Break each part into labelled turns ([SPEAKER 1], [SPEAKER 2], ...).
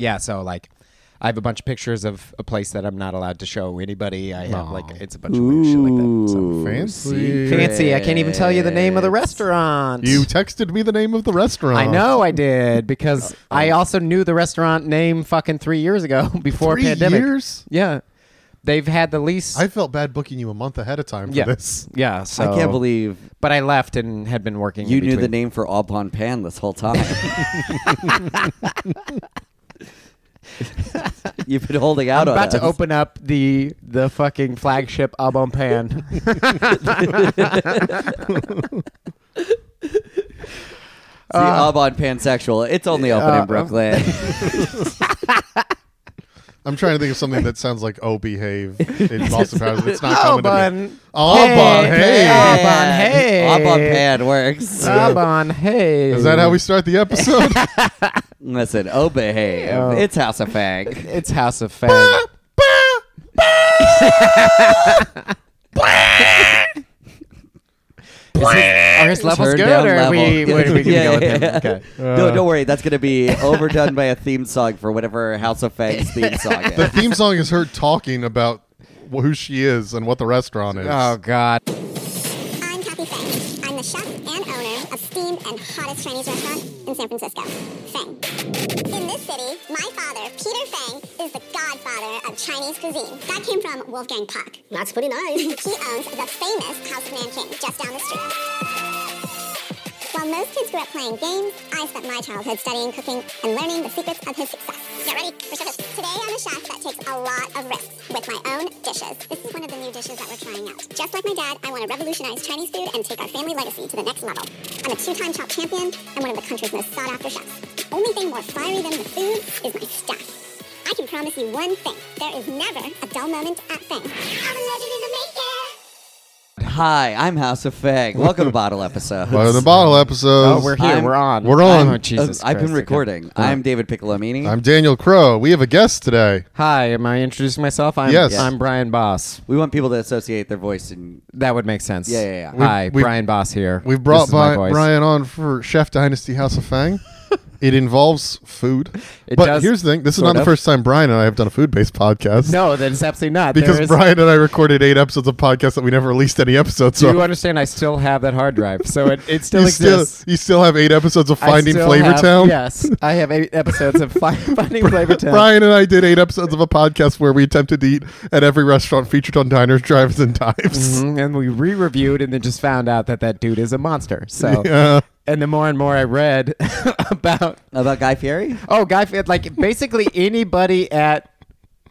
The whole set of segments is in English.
[SPEAKER 1] yeah, so like I have a bunch of pictures of a place that I'm not allowed to show anybody. I have like it's a bunch of weird shit like that. So.
[SPEAKER 2] Fancy.
[SPEAKER 1] Fancy. I can't even tell you the name of the restaurant.
[SPEAKER 2] You texted me the name of the restaurant.
[SPEAKER 1] I know I did because I also knew the restaurant name fucking three years ago before
[SPEAKER 2] Three
[SPEAKER 1] pandemic.
[SPEAKER 2] years?
[SPEAKER 1] Yeah, they've had the lease.
[SPEAKER 2] I felt bad booking you a month ahead of time for
[SPEAKER 1] yeah,
[SPEAKER 2] this.
[SPEAKER 1] yeah. So,
[SPEAKER 3] I can't believe
[SPEAKER 1] But I left and had been working. in
[SPEAKER 3] you knew the
[SPEAKER 1] between.
[SPEAKER 3] name for Au Bon Pan this whole time. You've been holding out
[SPEAKER 1] I'm
[SPEAKER 3] on
[SPEAKER 1] about to
[SPEAKER 3] us.
[SPEAKER 1] open up the the fucking flagship Abon Pan.
[SPEAKER 3] It's the Au Bon pansexual. It's only open
[SPEAKER 1] Uh,
[SPEAKER 3] in Brooklyn.
[SPEAKER 2] I'm trying to think of something that sounds like "Oh, behave." in Boston Powers. It's not
[SPEAKER 1] Oh,
[SPEAKER 2] coming to me.
[SPEAKER 1] bun.
[SPEAKER 2] Oh, bun, hey.
[SPEAKER 1] Au Bon Hey.
[SPEAKER 3] Au Bon Pan works.
[SPEAKER 1] Uh. Abon Hey.
[SPEAKER 2] Is that how we start the episode?
[SPEAKER 3] Listen, oh behave.
[SPEAKER 1] Oh.
[SPEAKER 3] It's House of Fag.
[SPEAKER 1] It's House of Fang. Are his levels
[SPEAKER 3] Turn
[SPEAKER 1] good,
[SPEAKER 3] down
[SPEAKER 1] or are we,
[SPEAKER 3] level.
[SPEAKER 1] where are we gonna
[SPEAKER 3] Yeah,
[SPEAKER 1] go with
[SPEAKER 3] yeah.
[SPEAKER 1] him? Okay.
[SPEAKER 3] no, don't worry. That's going to be overdone by a theme song for whatever House of Fag's theme song
[SPEAKER 2] the
[SPEAKER 3] is.
[SPEAKER 2] theme song is her talking about wh- who she is and what the restaurant is.
[SPEAKER 1] Oh God.
[SPEAKER 4] I'm Kathy Fang. I'm the chef and owner of steamed and hottest Chinese restaurant in San Francisco, Fang. In this city, my father, Peter Fang, is the godfather of Chinese cuisine. That came from Wolfgang Puck. That's pretty nice. He owns the famous House of Nanking just down the street. While most kids grew up playing games, I spent my childhood studying cooking and learning the secrets of his success. Get ready for service. Today I'm a chef that takes a lot of risks with my own dishes. This is one of the new dishes that we're trying out. Just like my dad, I want to revolutionize Chinese food and take our family legacy to the next level. I'm a two-time top champion and one of the country's most sought-after chefs. The only thing more fiery than the food is my staff. I can promise you one thing. There is never a dull moment at Fang. I'm a legend in the making!
[SPEAKER 3] Hi, I'm House of Fag. Welcome to Bottle Episode.
[SPEAKER 2] Out of the bottle episode.
[SPEAKER 1] Oh, we're here.
[SPEAKER 3] I'm-
[SPEAKER 1] we're on.
[SPEAKER 2] we're on.
[SPEAKER 1] Oh, Jesus.
[SPEAKER 3] Uh, I've been
[SPEAKER 1] Christ, okay.
[SPEAKER 3] recording. I'm David Piccolomini.
[SPEAKER 2] I'm Daniel Crow. We have a guest today.
[SPEAKER 1] Hi. Am I introducing myself? I'm,
[SPEAKER 2] Yes.
[SPEAKER 1] I'm Brian Boss.
[SPEAKER 3] we want people to associate their voice and
[SPEAKER 1] That would make sense.
[SPEAKER 3] Yeah, yeah, yeah.
[SPEAKER 2] We-
[SPEAKER 1] Hi,
[SPEAKER 2] we-
[SPEAKER 1] Brian Boss here.
[SPEAKER 2] We've brought
[SPEAKER 1] This is my
[SPEAKER 2] Bri-
[SPEAKER 1] voice.
[SPEAKER 2] Brian on for Chef Dynasty House of Fang. it involves food.
[SPEAKER 1] It
[SPEAKER 2] but
[SPEAKER 1] does,
[SPEAKER 2] here's the thing this is
[SPEAKER 1] sort
[SPEAKER 2] not the
[SPEAKER 1] of.
[SPEAKER 2] first time Brian and I have done a food based podcast.
[SPEAKER 1] No, that is absolutely not. There
[SPEAKER 2] Because
[SPEAKER 1] is-
[SPEAKER 2] Brian and I recorded eight episodes of podcasts that we never released any episodes.
[SPEAKER 1] do
[SPEAKER 2] So
[SPEAKER 1] you understand? I still have that hard drive, so it, it still
[SPEAKER 2] you
[SPEAKER 1] exists.
[SPEAKER 2] still you still have eight episodes of
[SPEAKER 1] I
[SPEAKER 2] Finding
[SPEAKER 1] still
[SPEAKER 2] Flavor
[SPEAKER 1] have-
[SPEAKER 2] Town.
[SPEAKER 1] Yes, I have eight episodes of fi- Finding Flavor Town.
[SPEAKER 2] Brian and I did eight episodes of a podcast where we attempted to eat at every restaurant featured on Diners, Drives, and Dives.
[SPEAKER 1] Mhm, and we re-reviewed and then just found out that that dude is a monster. So,
[SPEAKER 2] Yeah.
[SPEAKER 1] and the more and more I read about
[SPEAKER 3] about Guy Fieri.
[SPEAKER 1] oh, Guy Fieri, like basically anybody at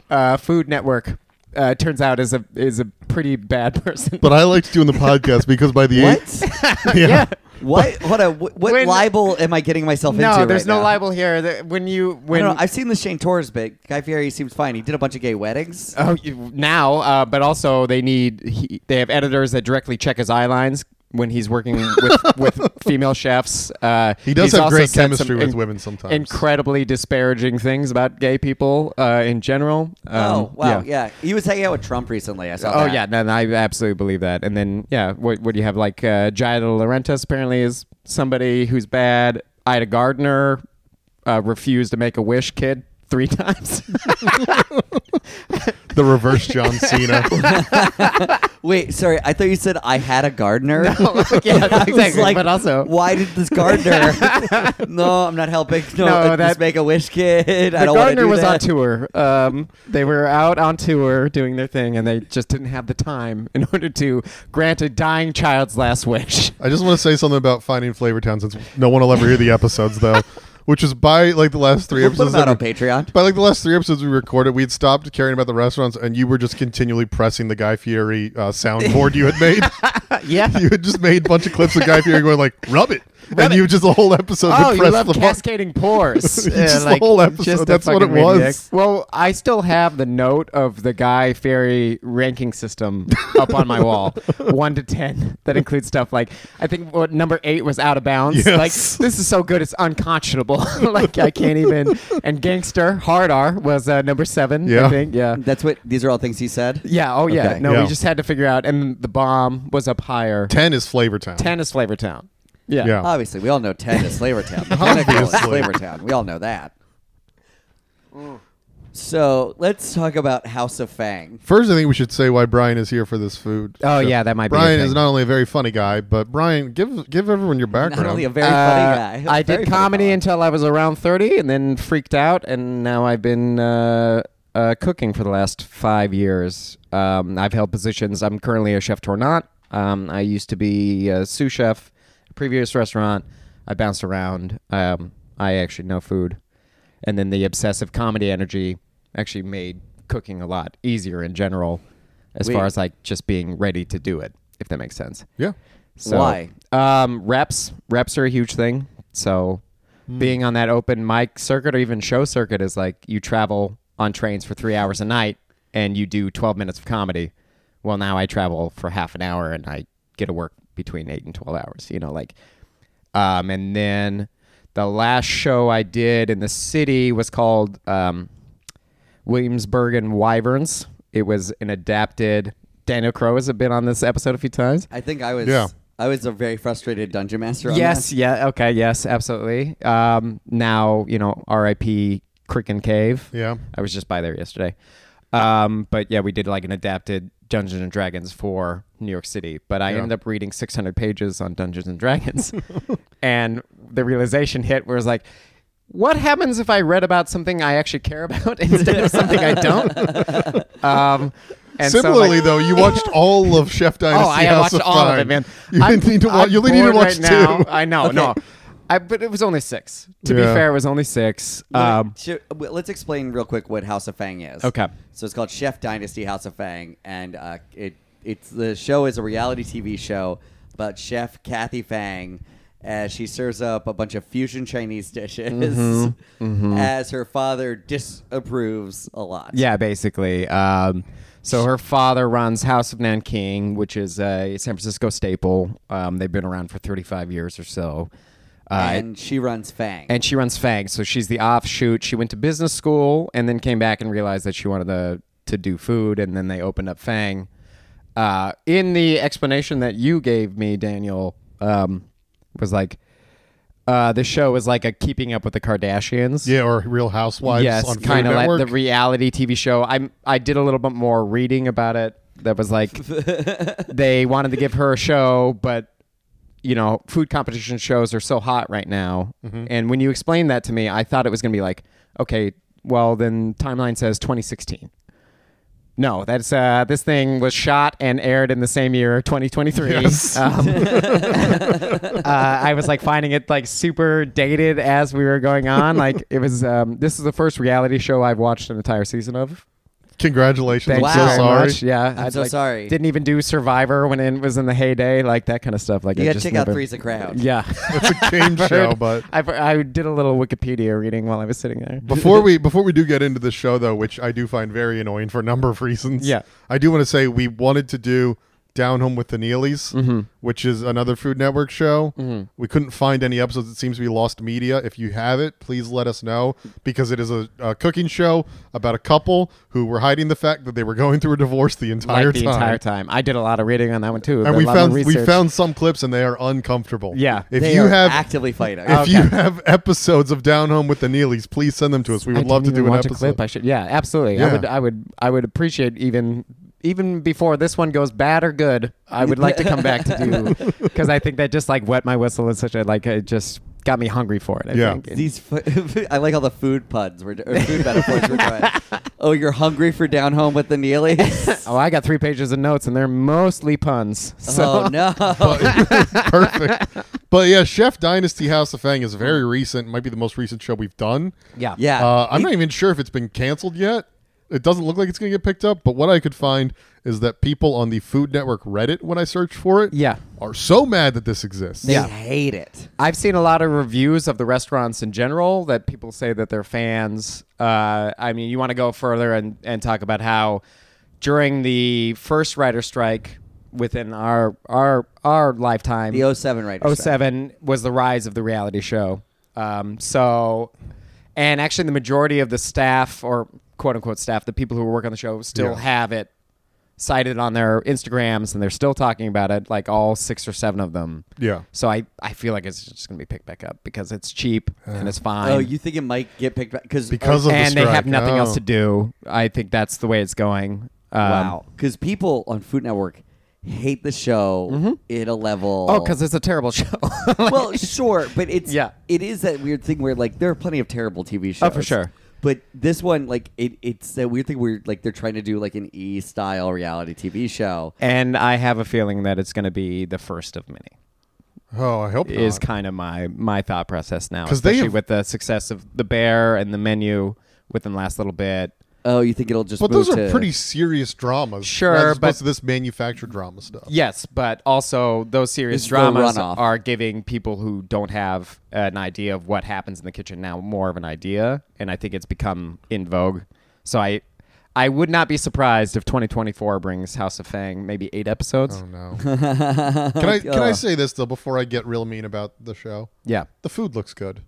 [SPEAKER 1] uh, Food Network uh, turns out is a is a pretty bad person.
[SPEAKER 2] But I liked doing the podcast because by the eighth,
[SPEAKER 3] What?
[SPEAKER 2] yeah,
[SPEAKER 3] what? What? A, what
[SPEAKER 1] When-
[SPEAKER 3] libel am I getting myself into?
[SPEAKER 1] no, there's
[SPEAKER 3] right
[SPEAKER 1] no
[SPEAKER 3] now?
[SPEAKER 1] libel here. That- When you
[SPEAKER 3] I
[SPEAKER 1] when
[SPEAKER 3] don't know. I've seen the Shane Torres bit. Guy Fieri seems fine. He did a bunch of gay weddings.
[SPEAKER 1] Oh, you- now, uh, but also they need he, they have editors that directly check his eye lines when he's working with, with female chefs. Uh,
[SPEAKER 2] He
[SPEAKER 1] he's
[SPEAKER 2] does have
[SPEAKER 1] also
[SPEAKER 2] great
[SPEAKER 1] said
[SPEAKER 2] chemistry
[SPEAKER 1] some
[SPEAKER 2] with
[SPEAKER 1] in-
[SPEAKER 2] women sometimes.
[SPEAKER 1] Incredibly disparaging things about gay people uh, in general. Um,
[SPEAKER 3] oh wow, yeah. He was hanging out with Trump recently. I saw.
[SPEAKER 1] Oh
[SPEAKER 3] that.
[SPEAKER 1] yeah, no, no, I absolutely believe that. And then yeah, what, what do you have? Like uh, Jaya De Laurentiis apparently is somebody who's bad. Ida Gardner uh, refused to make a wish kid three times.
[SPEAKER 2] the reverse John Cena.
[SPEAKER 3] Wait, sorry. I thought you said I had a gardener.
[SPEAKER 1] yeah,
[SPEAKER 3] I was
[SPEAKER 1] exactly.
[SPEAKER 3] like,
[SPEAKER 1] but also,
[SPEAKER 3] why did this gardener? no, I'm not helping. No,
[SPEAKER 1] No,
[SPEAKER 3] uh, just
[SPEAKER 1] that-
[SPEAKER 3] make a wish, kid. I
[SPEAKER 1] the
[SPEAKER 3] don't wanna
[SPEAKER 1] gardener
[SPEAKER 3] do
[SPEAKER 1] was
[SPEAKER 3] that.
[SPEAKER 1] on tour. Um, they were out on tour doing their thing, and they just didn't have the time in order to grant a dying child's last wish.
[SPEAKER 2] I just want to say something about Finding Flavor Town since no one will ever hear the episodes though, which is by like the last three
[SPEAKER 3] We'll put
[SPEAKER 2] episodes.
[SPEAKER 3] him out
[SPEAKER 2] that
[SPEAKER 3] on
[SPEAKER 2] we-
[SPEAKER 3] Patreon.
[SPEAKER 2] By like the last three episodes we recorded, we'd stopped caring about the restaurants, and you were just continually pressing the Guy Fieri uh, soundboard you had made.
[SPEAKER 1] yeah.
[SPEAKER 2] you had just made a bunch of clips of Guy Fieri going like, "Rub it," and you just the whole episode.
[SPEAKER 1] Oh,
[SPEAKER 2] would
[SPEAKER 1] you
[SPEAKER 2] press
[SPEAKER 1] love
[SPEAKER 2] the bu-
[SPEAKER 1] cascading pores.
[SPEAKER 2] You just the whole episode,
[SPEAKER 1] a
[SPEAKER 2] that's what
[SPEAKER 1] fucking
[SPEAKER 2] it was.
[SPEAKER 1] maniac. Well, I still have the note of the Guy Fairy ranking system up on my wall, one to ten. That includes stuff like I think what number eight was out of bounds.
[SPEAKER 2] Yes.
[SPEAKER 1] Like this is so good, it's unconscionable. like I can't even. And Gangster Hard R was uh, number seven.
[SPEAKER 2] Yeah.
[SPEAKER 1] I think. Yeah.
[SPEAKER 3] That's what. These are all things he said.
[SPEAKER 1] Yeah. Oh yeah.
[SPEAKER 3] Okay.
[SPEAKER 1] No,
[SPEAKER 2] Yeah.
[SPEAKER 1] we just had to figure out. And the bomb was up higher.
[SPEAKER 2] Ten is Flavor Town.
[SPEAKER 1] Ten Oh. is Flavor Town.
[SPEAKER 2] Yeah.
[SPEAKER 3] Obviously, we all know Ted is Slavertown. Obviously.
[SPEAKER 2] Obviously.
[SPEAKER 3] Slavertown. We all know that. So let's talk about House of Fang.
[SPEAKER 2] First, I think we should say why Brian is here for this food.
[SPEAKER 1] Oh, yeah, that might be a
[SPEAKER 2] Brian
[SPEAKER 1] thing.
[SPEAKER 2] is not only a very funny guy, but Brian, give give everyone your background.
[SPEAKER 3] Not only a very
[SPEAKER 1] Uh,
[SPEAKER 3] funny guy.
[SPEAKER 1] I
[SPEAKER 3] very
[SPEAKER 1] did
[SPEAKER 3] funny
[SPEAKER 1] comedy
[SPEAKER 3] guy.
[SPEAKER 1] until I was around 30 and then freaked out, and now I've been uh, uh, cooking for the last five years. Um, I've held positions. I'm currently a chef tournant. Um, I used to be a sous chef at a previous restaurant. I bounced around. Um, I actually know food. And then the obsessive comedy energy actually made cooking a lot easier in general, as
[SPEAKER 3] Wait.
[SPEAKER 1] far as like just being ready to do it, if that makes sense.
[SPEAKER 2] yeah.
[SPEAKER 1] So,
[SPEAKER 3] Why?
[SPEAKER 1] Um, reps. Reps are a huge thing. So being on that open mic circuit or even show circuit is like you travel on trains for three hours a night and you do 12 minutes of comedy. Well, now I travel for half an hour and I get to work between eight and 12 hours, you know, like, um, and then the last show I did in the city was called, um, Williamsburg and Wyverns. It was an adapted. Daniel Crow has been on this episode a few times.
[SPEAKER 3] I think I was.
[SPEAKER 2] Yeah.
[SPEAKER 3] I was a very frustrated dungeon master. On
[SPEAKER 1] Yes.
[SPEAKER 3] that.
[SPEAKER 1] Yeah. Okay. Yes. Absolutely. Um, now you know, R.I.P. Crick and Cave.
[SPEAKER 2] Yeah.
[SPEAKER 1] I was just by there yesterday. Um, but yeah, we did like an adapted Dungeons and Dragons for New York City. But I
[SPEAKER 2] Yeah.
[SPEAKER 1] ended up reading 600 pages on Dungeons and Dragons, and the realization hit where it was like. What happens if I read about something I actually care about instead of something I don't? Um, and so, like-
[SPEAKER 2] Similarly, though, you watched all of Chef Dynasty.
[SPEAKER 1] Oh, I
[SPEAKER 2] House
[SPEAKER 1] watched
[SPEAKER 2] of
[SPEAKER 1] all of
[SPEAKER 2] Fine.
[SPEAKER 1] it, man.
[SPEAKER 2] You
[SPEAKER 1] I'm-
[SPEAKER 2] need to
[SPEAKER 1] I'm
[SPEAKER 2] watch. You need to
[SPEAKER 1] bored
[SPEAKER 2] watch
[SPEAKER 1] right now.
[SPEAKER 2] two.
[SPEAKER 1] I know, no. I, but it was only six. To be
[SPEAKER 2] Yeah.
[SPEAKER 1] fair, it was only six. Um,
[SPEAKER 3] Should- well, let's explain real quick what House of Fang is.
[SPEAKER 1] Okay.
[SPEAKER 3] So it's called Chef Dynasty House of Fang, and uh, it it's the show is a reality TV show about Chef Kathy Fang. As she serves up a bunch of fusion Chinese dishes,
[SPEAKER 1] Mm-hmm.
[SPEAKER 3] as her father disapproves a lot.
[SPEAKER 1] yeah, basically. Um, so her father runs House of Nanking, which is a San Francisco staple. Um, they've been around for 35 years or so. Uh,
[SPEAKER 3] and she runs Fang.
[SPEAKER 1] and she runs Fang, so she's the offshoot. She went to business school and then came back and realized that she wanted to to do food, and then they opened up Fang. Uh, in the explanation that you gave me, Daniel um, was like, uh, "The show is like a Keeping Up with the Kardashians."
[SPEAKER 2] Yeah, or Real Housewives
[SPEAKER 1] yes,
[SPEAKER 2] on
[SPEAKER 1] kind of like
[SPEAKER 2] Network.
[SPEAKER 1] the reality TV show. I I did a little bit more reading about it. That was like they wanted to give her a show, but you know, food competition shows are so hot right now. And when you explained that to me, I thought it was going to be like, okay, well then timeline says 2016. No, that's uh, this thing was shot and aired in the same year, 2023.
[SPEAKER 2] Yes.
[SPEAKER 1] Um, uh, I was like finding it like super dated as we were going on. Like it was. Um, this is the first reality show I've watched an entire season of.
[SPEAKER 2] Congratulations.
[SPEAKER 1] Thanks
[SPEAKER 2] I'm
[SPEAKER 3] Wow.
[SPEAKER 2] so
[SPEAKER 1] very
[SPEAKER 2] sorry.
[SPEAKER 1] much. Yeah,
[SPEAKER 3] I'm so
[SPEAKER 1] like,
[SPEAKER 3] sorry.
[SPEAKER 1] Didn't even do Survivor when it was in the heyday, like that kind of stuff. Like
[SPEAKER 3] you
[SPEAKER 1] I
[SPEAKER 3] got to
[SPEAKER 1] just
[SPEAKER 3] take out
[SPEAKER 1] never-
[SPEAKER 3] Three's a Crowd.
[SPEAKER 1] Yeah.
[SPEAKER 2] It's a game show, but
[SPEAKER 1] I, I did a little Wikipedia reading while I was sitting there.
[SPEAKER 2] before we before we do get into the show though, which I do find very annoying for a number of reasons.
[SPEAKER 1] Yeah.
[SPEAKER 2] I do want to say we wanted to do Down Home with the Neelys, which is another Food Network show. We couldn't find any episodes. It seems to be lost media. If you have it, please let us know because it is a, a cooking show about a couple who were hiding the fact that they were going through a divorce the entire
[SPEAKER 1] like the
[SPEAKER 2] time.
[SPEAKER 1] entire time. I did a lot of reading on that one too.
[SPEAKER 2] And
[SPEAKER 1] a
[SPEAKER 2] we
[SPEAKER 1] lot of
[SPEAKER 2] found we
[SPEAKER 1] research.
[SPEAKER 2] found some clips and they are uncomfortable.
[SPEAKER 1] Yeah.
[SPEAKER 2] If
[SPEAKER 3] they
[SPEAKER 2] you
[SPEAKER 3] are
[SPEAKER 2] have
[SPEAKER 3] actively fighting.
[SPEAKER 2] if you have episodes of Down Home with the Neelys, please send them to us. We would
[SPEAKER 1] I
[SPEAKER 2] love to
[SPEAKER 1] didn't
[SPEAKER 2] do
[SPEAKER 1] even
[SPEAKER 2] an
[SPEAKER 1] watch
[SPEAKER 2] episode.
[SPEAKER 1] a clip. I should. Yeah, absolutely. I
[SPEAKER 2] Yeah.
[SPEAKER 1] would. I would. I would appreciate even even before this one goes bad or good. I would like to come back to do because I think that just like wet my whistle is such a like it just got me hungry for it. I
[SPEAKER 2] Yeah.
[SPEAKER 1] think. And-
[SPEAKER 3] These fu- I like all the food puns we're or food metaphors we're doing. Oh, you're hungry for down home with the Neelys?
[SPEAKER 1] Oh, I got three pages of notes, and they're mostly puns. So
[SPEAKER 3] oh no!
[SPEAKER 2] Perfect. But yeah, Chef Dynasty House of Fang is very recent. Might be the most recent show we've done.
[SPEAKER 1] yeah,
[SPEAKER 3] Yeah,
[SPEAKER 2] Uh, I'm not even sure if it's been canceled yet. It doesn't look like it's going to get picked up. But what I could find is that people on the Food Network Reddit, when I search for it,
[SPEAKER 1] Yeah.
[SPEAKER 2] are so mad that this exists.
[SPEAKER 3] they
[SPEAKER 1] Yeah.
[SPEAKER 3] hate it.
[SPEAKER 1] I've seen a lot of reviews of the restaurants in general that people say that they're fans. Uh, I mean, you want to go further and, and talk about how during the first writer strike within our our our lifetime,
[SPEAKER 3] The 07 writer strike.
[SPEAKER 1] 07 was the rise of the reality show. Um, so, and actually, the majority of the staff or quote unquote staff, the people who work on the show, still
[SPEAKER 2] Yeah.
[SPEAKER 1] have it cited on their Instagrams and they're still talking about it, like all six or seven of them.
[SPEAKER 2] Yeah.
[SPEAKER 1] So I, I feel like it's just going to be picked back up because it's cheap and it's fine.
[SPEAKER 3] Oh, you think it might get picked back? Cause,
[SPEAKER 2] Because of the
[SPEAKER 1] and they have
[SPEAKER 2] strike.
[SPEAKER 1] nothing
[SPEAKER 2] Oh.
[SPEAKER 1] else to do. I think that's the way it's going. Um,
[SPEAKER 3] wow. Because people on Food Network hate the show at a level.
[SPEAKER 1] Mm-hmm. Oh, because it's a terrible show. Like,
[SPEAKER 3] well, sure, but it's
[SPEAKER 1] Yeah.
[SPEAKER 3] it is that weird thing where like there are plenty of terrible TV shows.
[SPEAKER 1] Oh, for sure.
[SPEAKER 3] But this one, like it, it's that weird thing where like they're trying to do like an E style reality TV show.
[SPEAKER 1] and I have a feeling that it's going to be the first of many.
[SPEAKER 2] Oh, I hope
[SPEAKER 1] Is
[SPEAKER 2] not.
[SPEAKER 1] kind of my my thought process now,
[SPEAKER 2] 'Cause they
[SPEAKER 1] especially
[SPEAKER 2] have-
[SPEAKER 1] with the success of the bear and the menu within the last little bit.
[SPEAKER 3] Oh, you think it'll just?
[SPEAKER 2] But
[SPEAKER 3] move
[SPEAKER 2] those are
[SPEAKER 3] to-
[SPEAKER 2] pretty serious dramas.
[SPEAKER 1] Sure,
[SPEAKER 2] as opposed
[SPEAKER 1] but-
[SPEAKER 2] to this manufactured drama stuff.
[SPEAKER 1] Yes, but also those serious
[SPEAKER 3] It's the
[SPEAKER 1] dramas
[SPEAKER 3] runoff.
[SPEAKER 1] are giving people who don't have an idea of what happens in the kitchen now more of an idea, and I think it's become in vogue. So I, I would not be surprised if 2024 brings House of Fang maybe eight episodes.
[SPEAKER 2] Oh no. can I can I say this though before I get real mean about the show?
[SPEAKER 1] Yeah,
[SPEAKER 2] The food looks good.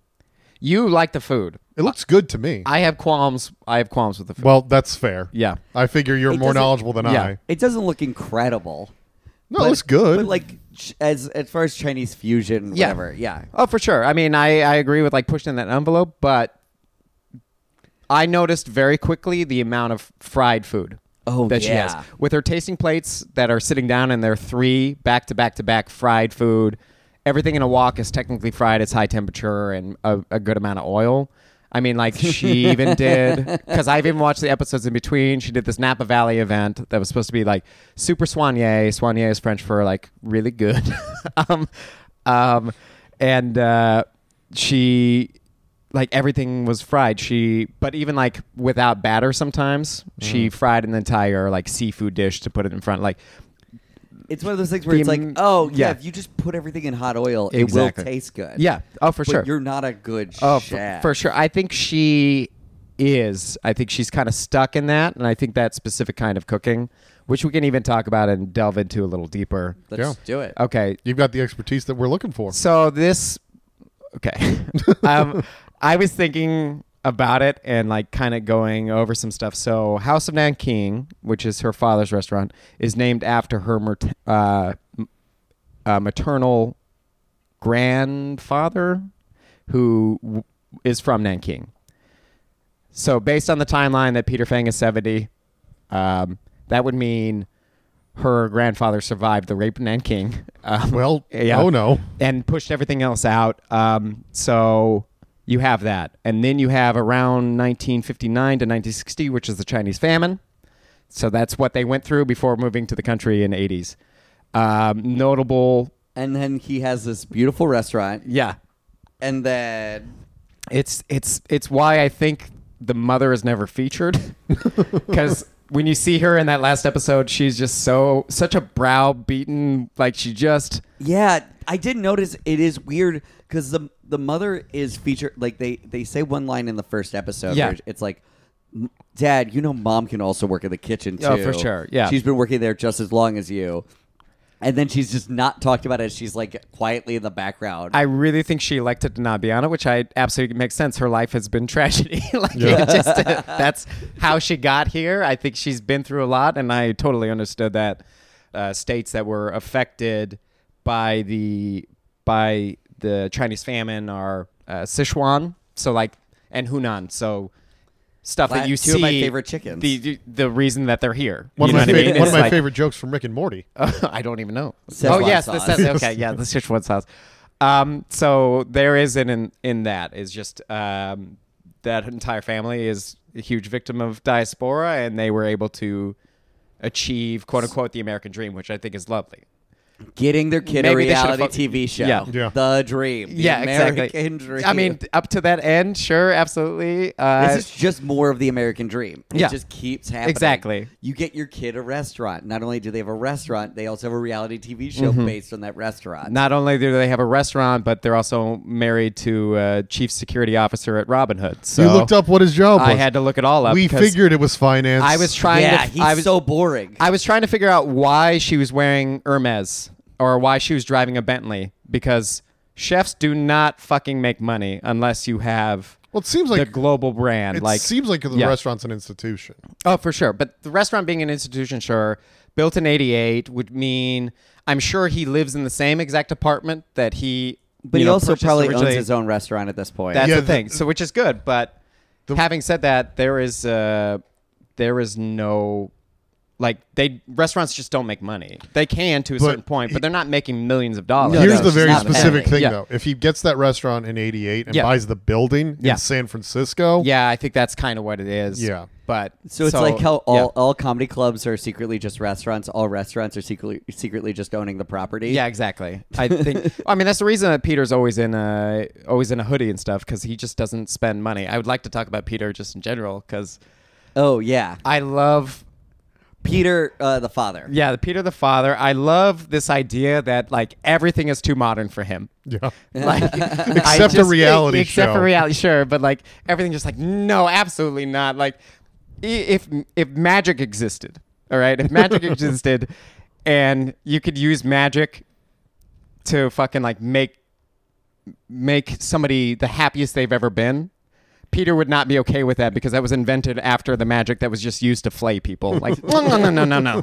[SPEAKER 1] you like the food.
[SPEAKER 2] It looks good to me.
[SPEAKER 1] I have qualms. I have qualms with the food.
[SPEAKER 2] well, that's fair.
[SPEAKER 1] Yeah.
[SPEAKER 2] I figure you're
[SPEAKER 3] It
[SPEAKER 2] more
[SPEAKER 3] doesn't-
[SPEAKER 2] knowledgeable than
[SPEAKER 1] Yeah.
[SPEAKER 2] I.
[SPEAKER 3] It doesn't look incredible.
[SPEAKER 2] No, it looks good.
[SPEAKER 3] But like ch- as as far as Chinese fusion,
[SPEAKER 1] Yeah.
[SPEAKER 3] whatever. Yeah.
[SPEAKER 1] Oh, for sure. I mean, I, I agree with like pushing that envelope, but I noticed very quickly the amount of fried food.
[SPEAKER 3] Oh,
[SPEAKER 1] that she
[SPEAKER 3] yeah.
[SPEAKER 1] has with her tasting plates that are sitting down, and they're three back to back to back fried food. Everything in a wok is technically fried. It's high temperature and a, a good amount of oil. I mean, like she even did because I've even watched the episodes in between. She did this Napa Valley event that was supposed to be like super soigné. Soigné is French for like really good. um, um, and uh, she like everything was fried. She, but even like without batter, sometimes she fried an entire like seafood dish to put it in front. Like,
[SPEAKER 3] It's one of those things where
[SPEAKER 1] The
[SPEAKER 3] it's like,
[SPEAKER 1] am-
[SPEAKER 3] oh yeah,
[SPEAKER 1] yeah.
[SPEAKER 3] if you just put everything in hot oil,
[SPEAKER 1] Exactly.
[SPEAKER 3] it will taste good.
[SPEAKER 1] yeah, oh for
[SPEAKER 3] but
[SPEAKER 1] sure,
[SPEAKER 3] You're not a good
[SPEAKER 1] oh f-
[SPEAKER 3] chef.
[SPEAKER 1] for sure. I think she is. I think she's kind of stuck in that, and I think that specific kind of cooking, which we can even talk about and delve into a little deeper.
[SPEAKER 3] Let's
[SPEAKER 2] Yeah.
[SPEAKER 3] do it.
[SPEAKER 1] Okay,
[SPEAKER 2] You've got the expertise that we're looking for.
[SPEAKER 1] So this, okay, um, I was thinking about it and like kind of going over some stuff. So House of Nanking, which is her father's restaurant, is named after her mat- uh, m- uh, maternal grandfather, who w- is from Nanking. So based on the timeline that Peter Fang is seventy, um, that would mean her grandfather survived the rape in Nanking. Um,
[SPEAKER 2] Well,
[SPEAKER 1] yeah.
[SPEAKER 2] oh no.
[SPEAKER 1] and pushed everything else out. Um, so you have that, and then you have around 1959 to 1960, which is the Chinese famine. So that's what they went through before moving to the country in the 80s. Um, notable,
[SPEAKER 3] And then he has this beautiful restaurant.
[SPEAKER 1] yeah.
[SPEAKER 3] And then
[SPEAKER 1] It's it's it's why I think the mother is never featured because. When you see her in that last episode, she's just so such a brow beaten, like she just
[SPEAKER 3] Yeah, I did notice it is weird because the the mother is featured. Like they they say one line in the first episode.
[SPEAKER 1] Yeah.
[SPEAKER 3] where it's like, "M- Dad, you know, Mom can also work in the kitchen too.
[SPEAKER 1] Oh, for sure, yeah.
[SPEAKER 3] she's been working there just as long as you. And then she's just not talked about as she's like quietly in the background.
[SPEAKER 1] I really think she elected to not be on it, which I absolutely makes sense. Her life has been tragedy. like
[SPEAKER 2] Yeah.
[SPEAKER 1] it just, uh, that's how she got here. I think she's been through a lot, and I totally understood that uh, states that were affected by the by the Chinese famine are uh, Sichuan, so like and Hunan, so stuff
[SPEAKER 3] Like,
[SPEAKER 1] that you
[SPEAKER 3] two
[SPEAKER 1] see.
[SPEAKER 3] of my favorite chickens.
[SPEAKER 1] The the reason that they're here.
[SPEAKER 2] One
[SPEAKER 1] You
[SPEAKER 2] of
[SPEAKER 1] know
[SPEAKER 2] my,
[SPEAKER 1] what I
[SPEAKER 2] favorite,
[SPEAKER 1] mean?
[SPEAKER 2] one
[SPEAKER 1] It's
[SPEAKER 2] of my
[SPEAKER 1] like-
[SPEAKER 2] favorite jokes from Rick and Morty.
[SPEAKER 1] I don't even know.
[SPEAKER 3] Szechuan
[SPEAKER 1] oh yes,
[SPEAKER 3] sauce.
[SPEAKER 1] the Szechuan, okay, yeah, the Szechuan sauce. Um, so there is an in in that is just um, that entire family is a huge victim of diaspora, and they were able to achieve quote unquote the American dream, which I think is lovely.
[SPEAKER 3] Getting their kid a
[SPEAKER 1] Maybe they should've
[SPEAKER 3] reality
[SPEAKER 1] fo-
[SPEAKER 3] TV show.
[SPEAKER 1] Yeah.
[SPEAKER 2] Yeah.
[SPEAKER 3] The dream. The
[SPEAKER 1] yeah,
[SPEAKER 3] American
[SPEAKER 1] exactly.
[SPEAKER 3] dream.
[SPEAKER 1] I mean, up to that end, sure, absolutely. Uh,
[SPEAKER 3] This is just more of the American dream. It
[SPEAKER 1] Yeah.
[SPEAKER 3] just keeps happening.
[SPEAKER 1] Exactly.
[SPEAKER 3] You get your kid a restaurant. Not only do they have a restaurant, they also have a reality TV show based on that restaurant.
[SPEAKER 1] Mm-hmm. not only do they have a restaurant, but they're also married to uh, chief security officer at Robin Hood. So
[SPEAKER 2] you looked up what his job was.
[SPEAKER 1] I had to look it all up.
[SPEAKER 2] we
[SPEAKER 1] 'cause
[SPEAKER 2] figured it was finance.
[SPEAKER 1] I was trying
[SPEAKER 3] yeah,
[SPEAKER 1] to.
[SPEAKER 3] he's
[SPEAKER 1] I was,
[SPEAKER 3] so boring.
[SPEAKER 1] I was trying to figure out why she was wearing Hermes or why she was driving a Bentley because chefs do not fucking make money unless you have
[SPEAKER 2] Well, it seems
[SPEAKER 1] the
[SPEAKER 2] like
[SPEAKER 1] global brand.
[SPEAKER 2] it
[SPEAKER 1] like
[SPEAKER 2] seems like the
[SPEAKER 1] yeah.
[SPEAKER 2] restaurant's an institution.
[SPEAKER 1] Oh, for sure. But the restaurant being an institution, sure, built in 88 would mean I'm sure he lives in the same exact apartment that he
[SPEAKER 3] But
[SPEAKER 1] you
[SPEAKER 3] he
[SPEAKER 1] know,
[SPEAKER 3] also
[SPEAKER 1] purchased
[SPEAKER 3] probably owns
[SPEAKER 1] originally.
[SPEAKER 3] his own restaurant at this point.
[SPEAKER 1] That's
[SPEAKER 2] Yeah,
[SPEAKER 1] the
[SPEAKER 2] the-
[SPEAKER 1] thing. So which is good, but having said that, there is uh, there is no like they restaurants just don't make money. They can to a certain point, but they're not making millions of dollars.
[SPEAKER 3] No,
[SPEAKER 2] Here's
[SPEAKER 3] no,
[SPEAKER 2] the
[SPEAKER 3] it's
[SPEAKER 2] very
[SPEAKER 3] not
[SPEAKER 2] specific
[SPEAKER 3] pending.
[SPEAKER 2] thing,
[SPEAKER 1] Yeah.
[SPEAKER 2] though. If he gets that restaurant in '88 and
[SPEAKER 1] Yeah.
[SPEAKER 2] buys the building
[SPEAKER 1] Yeah.
[SPEAKER 2] in San Francisco,
[SPEAKER 1] yeah, I think that's kind of what it is.
[SPEAKER 2] Yeah.
[SPEAKER 1] but
[SPEAKER 3] So it's like how all,
[SPEAKER 1] yeah.
[SPEAKER 3] all comedy clubs are secretly just restaurants. All restaurants are secretly secretly just owning the property.
[SPEAKER 1] Yeah, exactly. I think. I mean, that's the reason that Peter's always in a always in a hoodie and stuff because he just doesn't spend money. I would like to talk about Peter just in general because
[SPEAKER 3] Oh yeah.
[SPEAKER 1] I love
[SPEAKER 3] Peter, uh, the father.
[SPEAKER 1] yeah the Peter the father. I love this idea that like everything is too modern for him.
[SPEAKER 2] yeah.
[SPEAKER 1] Like I
[SPEAKER 2] Except a
[SPEAKER 1] just-
[SPEAKER 2] reality
[SPEAKER 1] except
[SPEAKER 2] show.
[SPEAKER 1] for reality, sure. But like everything, just like no, absolutely not. Like i- if if magic existed, all right, if magic existed, and you could use magic to fucking like make make somebody the happiest they've ever been. Peter would not be okay with that because that was invented after the magic that was just used to flay people. Like, no, no, no, no, no, no,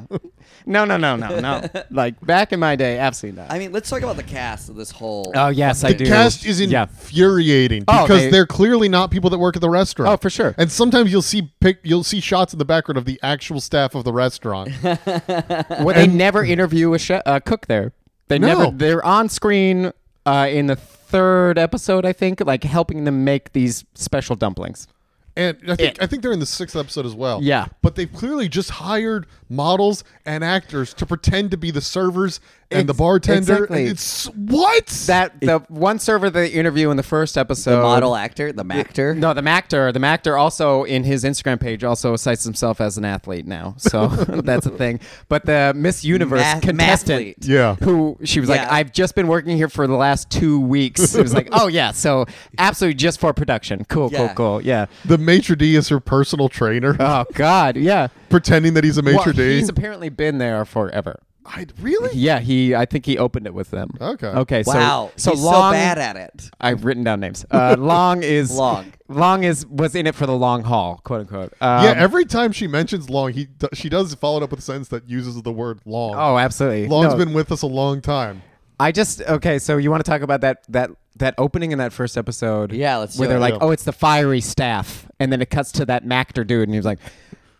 [SPEAKER 1] no, no, no, no, no. Like back in my day, absolutely not.
[SPEAKER 3] I mean, let's talk about the cast of this whole.
[SPEAKER 1] oh yes, I
[SPEAKER 2] The
[SPEAKER 1] do.
[SPEAKER 2] cast is
[SPEAKER 1] Yeah.
[SPEAKER 2] infuriating
[SPEAKER 1] Oh,
[SPEAKER 2] because
[SPEAKER 1] they-
[SPEAKER 2] they, are clearly not people that work at the restaurant.
[SPEAKER 1] Oh, for sure.
[SPEAKER 2] And sometimes you'll see pic- you'll see shots in the background of the actual staff of the restaurant.
[SPEAKER 1] Well, they never interview a chef, uh, cook there. They
[SPEAKER 2] No.
[SPEAKER 1] never. They're on screen uh, in the third episode, I think, like helping them make these special dumplings.
[SPEAKER 2] And I think
[SPEAKER 1] It.
[SPEAKER 2] I think they're in the sixth episode as well.
[SPEAKER 1] Yeah.
[SPEAKER 2] But they've clearly just hired models and actors to pretend to be the servers and the
[SPEAKER 1] Ex-
[SPEAKER 2] bartender.
[SPEAKER 1] exactly.
[SPEAKER 2] And it's what?
[SPEAKER 1] That the one server they interview in the first episode.
[SPEAKER 3] the model actor, the actor.
[SPEAKER 1] No, the actor. The actor also in his Instagram page also cites himself as an athlete now, so that's a thing. But the Miss Universe
[SPEAKER 3] Math- mathlete.
[SPEAKER 1] contestant,
[SPEAKER 2] Yeah.
[SPEAKER 1] who she was like,
[SPEAKER 3] Yeah.
[SPEAKER 1] I've just been working here for the last two weeks. it was like, oh yeah, so absolutely just for production. Cool,
[SPEAKER 3] Yeah.
[SPEAKER 1] cool, cool. Yeah.
[SPEAKER 2] the maitre d is her personal trainer,
[SPEAKER 1] Oh God, yeah.
[SPEAKER 2] pretending that he's a
[SPEAKER 1] Well,
[SPEAKER 2] maitre d.
[SPEAKER 1] he's apparently been there forever.
[SPEAKER 2] I, really?
[SPEAKER 1] Yeah, he. I think he opened it with them.
[SPEAKER 2] Okay.
[SPEAKER 1] Okay. So,
[SPEAKER 3] wow.
[SPEAKER 1] So
[SPEAKER 3] He's
[SPEAKER 1] long.
[SPEAKER 3] so bad at it.
[SPEAKER 1] I've written down names. Uh, long is
[SPEAKER 3] Long.
[SPEAKER 1] Long is was in it for the long haul, quote unquote. Um,
[SPEAKER 2] yeah. Every time she mentions long, he do- she does follow it up with a sentence that uses the word long.
[SPEAKER 1] oh, absolutely.
[SPEAKER 2] Long's
[SPEAKER 1] No,
[SPEAKER 2] been with us a long time.
[SPEAKER 1] I just okay. So you want to talk about that that that opening in that first episode?
[SPEAKER 3] Yeah, let's
[SPEAKER 1] Where
[SPEAKER 3] do
[SPEAKER 1] they're
[SPEAKER 3] it.
[SPEAKER 1] like,
[SPEAKER 2] Yeah.
[SPEAKER 1] oh, it's the fiery staff, and then it cuts to that Mactor dude, and he's like.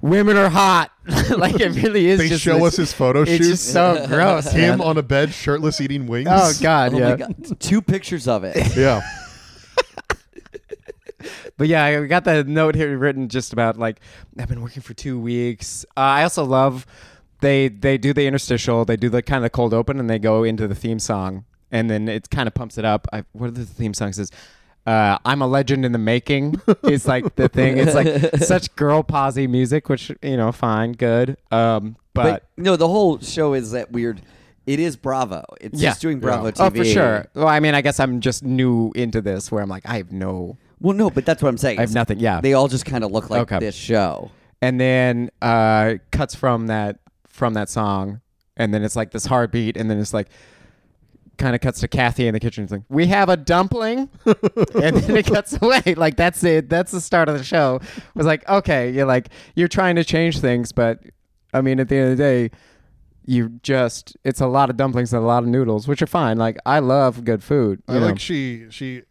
[SPEAKER 1] Women are hot. like it really is.
[SPEAKER 2] They
[SPEAKER 1] just
[SPEAKER 2] show
[SPEAKER 1] this-
[SPEAKER 2] us his photo
[SPEAKER 1] It's
[SPEAKER 2] shoot.
[SPEAKER 1] just so gross.
[SPEAKER 2] Him
[SPEAKER 1] man.
[SPEAKER 2] on a bed, shirtless, eating wings.
[SPEAKER 1] Oh God.
[SPEAKER 3] Oh
[SPEAKER 1] yeah.
[SPEAKER 3] my god. Two pictures of it.
[SPEAKER 2] Yeah.
[SPEAKER 1] But yeah, I got the note here written just about like I've been working for two weeks. Uh, I also love they they do the interstitial, they do the kind of cold open, and they go into the theme song, and then it kind of pumps it up. I, what are the theme song says? Uh, I'm a legend in the making. It's like the thing. It's like such girl posy music, which you know, fine, good. Um, but,
[SPEAKER 3] But no, the whole show is that weird. It is Bravo. It's
[SPEAKER 1] Yeah.
[SPEAKER 3] just doing Bravo TV.
[SPEAKER 1] oh, for sure. Well, I mean, I guess I'm just new into this, where I'm like, I have no
[SPEAKER 3] Well, no, but that's what I'm saying.
[SPEAKER 1] I have nothing, yeah.
[SPEAKER 3] They all just kind of look like
[SPEAKER 1] Okay.
[SPEAKER 3] this show.
[SPEAKER 1] and then uh, cuts from that from that song, and then it's like this heartbeat, and then it's like kind of cuts to Kathy in the kitchen. It's like we have a dumpling, and then it cuts away. Like that's it. That's the start of the show. I was like, okay, you're like you're trying to change things, but I mean, at the end of the day. You just, it's a lot of dumplings and a lot of noodles, which are fine. Like, I love good food.
[SPEAKER 2] I
[SPEAKER 1] you know.
[SPEAKER 2] like she she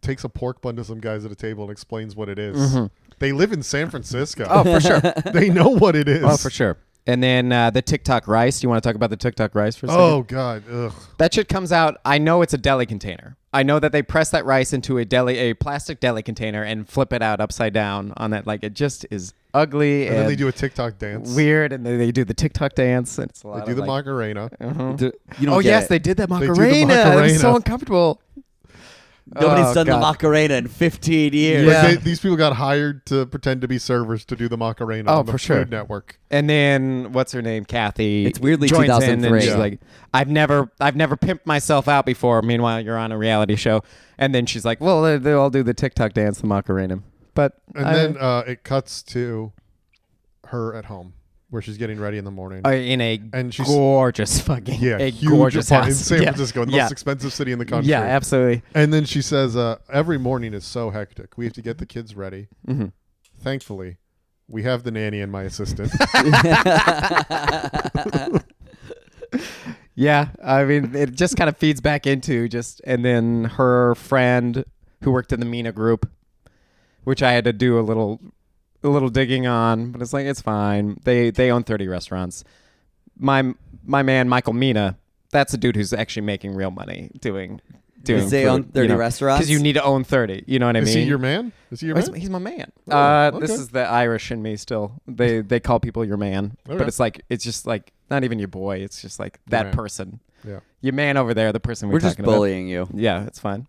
[SPEAKER 2] takes a pork bun to some guys at a table and explains what it is. They live in San Francisco.
[SPEAKER 1] Mm-hmm. oh, for sure.
[SPEAKER 2] they know what it is.
[SPEAKER 1] oh, for sure. And then uh, the TikTok rice. You want to talk about the TikTok rice for a second?
[SPEAKER 2] Oh God. Ugh.
[SPEAKER 1] That shit comes out. I know it's a deli container. I know that they press that rice into a deli, a plastic deli container, and flip it out upside down on that. Like it just is ugly and,
[SPEAKER 2] And then they do a TikTok dance.
[SPEAKER 1] weird, and they, they do the TikTok dance. And it's a lot
[SPEAKER 2] They do
[SPEAKER 1] of,
[SPEAKER 2] the
[SPEAKER 1] like-
[SPEAKER 2] Macarena.
[SPEAKER 3] Do- you don't
[SPEAKER 1] Oh
[SPEAKER 3] get
[SPEAKER 1] yes,
[SPEAKER 3] it.
[SPEAKER 1] they did that
[SPEAKER 2] do
[SPEAKER 1] Macarena.
[SPEAKER 2] the
[SPEAKER 1] That was so
[SPEAKER 2] Macarena.
[SPEAKER 1] uncomfortable.
[SPEAKER 3] Nobody's
[SPEAKER 1] Oh,
[SPEAKER 3] done
[SPEAKER 1] God.
[SPEAKER 3] the Macarena in 15 years.
[SPEAKER 1] Yeah.
[SPEAKER 2] Like they, these people got hired to pretend to be servers to do the Macarena
[SPEAKER 1] Oh,
[SPEAKER 2] on the
[SPEAKER 1] for sure.
[SPEAKER 2] Food Network.
[SPEAKER 1] And then what's her name? Kathy.
[SPEAKER 3] It's weirdly
[SPEAKER 1] joins in,
[SPEAKER 3] 2003.
[SPEAKER 1] and she's
[SPEAKER 2] Yeah.
[SPEAKER 1] like, "I've never, I've never pimped myself out before." Meanwhile, you're on a reality show, and then she's like, "Well, they- they'll all do the TikTok dance, the Macarena." But
[SPEAKER 2] And
[SPEAKER 1] I-
[SPEAKER 2] then uh, it cuts to her at home where she's getting ready in the morning.
[SPEAKER 1] Uh, in a
[SPEAKER 2] And she's-
[SPEAKER 1] gorgeous fucking
[SPEAKER 2] yeah,
[SPEAKER 1] a
[SPEAKER 2] huge
[SPEAKER 1] gorgeous
[SPEAKER 2] apartment
[SPEAKER 1] house
[SPEAKER 2] in San
[SPEAKER 1] Yeah.
[SPEAKER 2] Francisco, the
[SPEAKER 1] yeah.
[SPEAKER 2] most expensive city in the country.
[SPEAKER 1] Yeah, absolutely.
[SPEAKER 2] And then she
[SPEAKER 1] Mm-hmm.
[SPEAKER 2] says, uh, "Every morning is so hectic. We have to get the kids ready. Thankfully, we have the nanny and my assistant.
[SPEAKER 1] Yeah, I mean, it just kind of feeds back into just, and then her friend who worked in the Mina group, which I had to do a little, a little digging on, but it's like it's fine. They they own thirty restaurants. My my man Michael Mina, that's a dude who's actually making real money doing doing.
[SPEAKER 3] they own 30 restaurants?
[SPEAKER 1] Because you need to own thirty. You know what I
[SPEAKER 2] Is
[SPEAKER 1] mean?
[SPEAKER 2] he your man? Is he your
[SPEAKER 1] Oh, he's,
[SPEAKER 2] man?
[SPEAKER 1] he's my man.
[SPEAKER 2] Oh,
[SPEAKER 1] uh,
[SPEAKER 2] okay.
[SPEAKER 1] This is the Irish in me still. They they call people your man,
[SPEAKER 2] Okay.
[SPEAKER 1] but it's like it's just like not even your boy. It's just like that
[SPEAKER 2] man.
[SPEAKER 1] person.
[SPEAKER 2] yeah.
[SPEAKER 1] Your man over there, the person we're,
[SPEAKER 3] We're just
[SPEAKER 1] talking about.
[SPEAKER 3] bullying you.
[SPEAKER 1] Yeah, it's fine.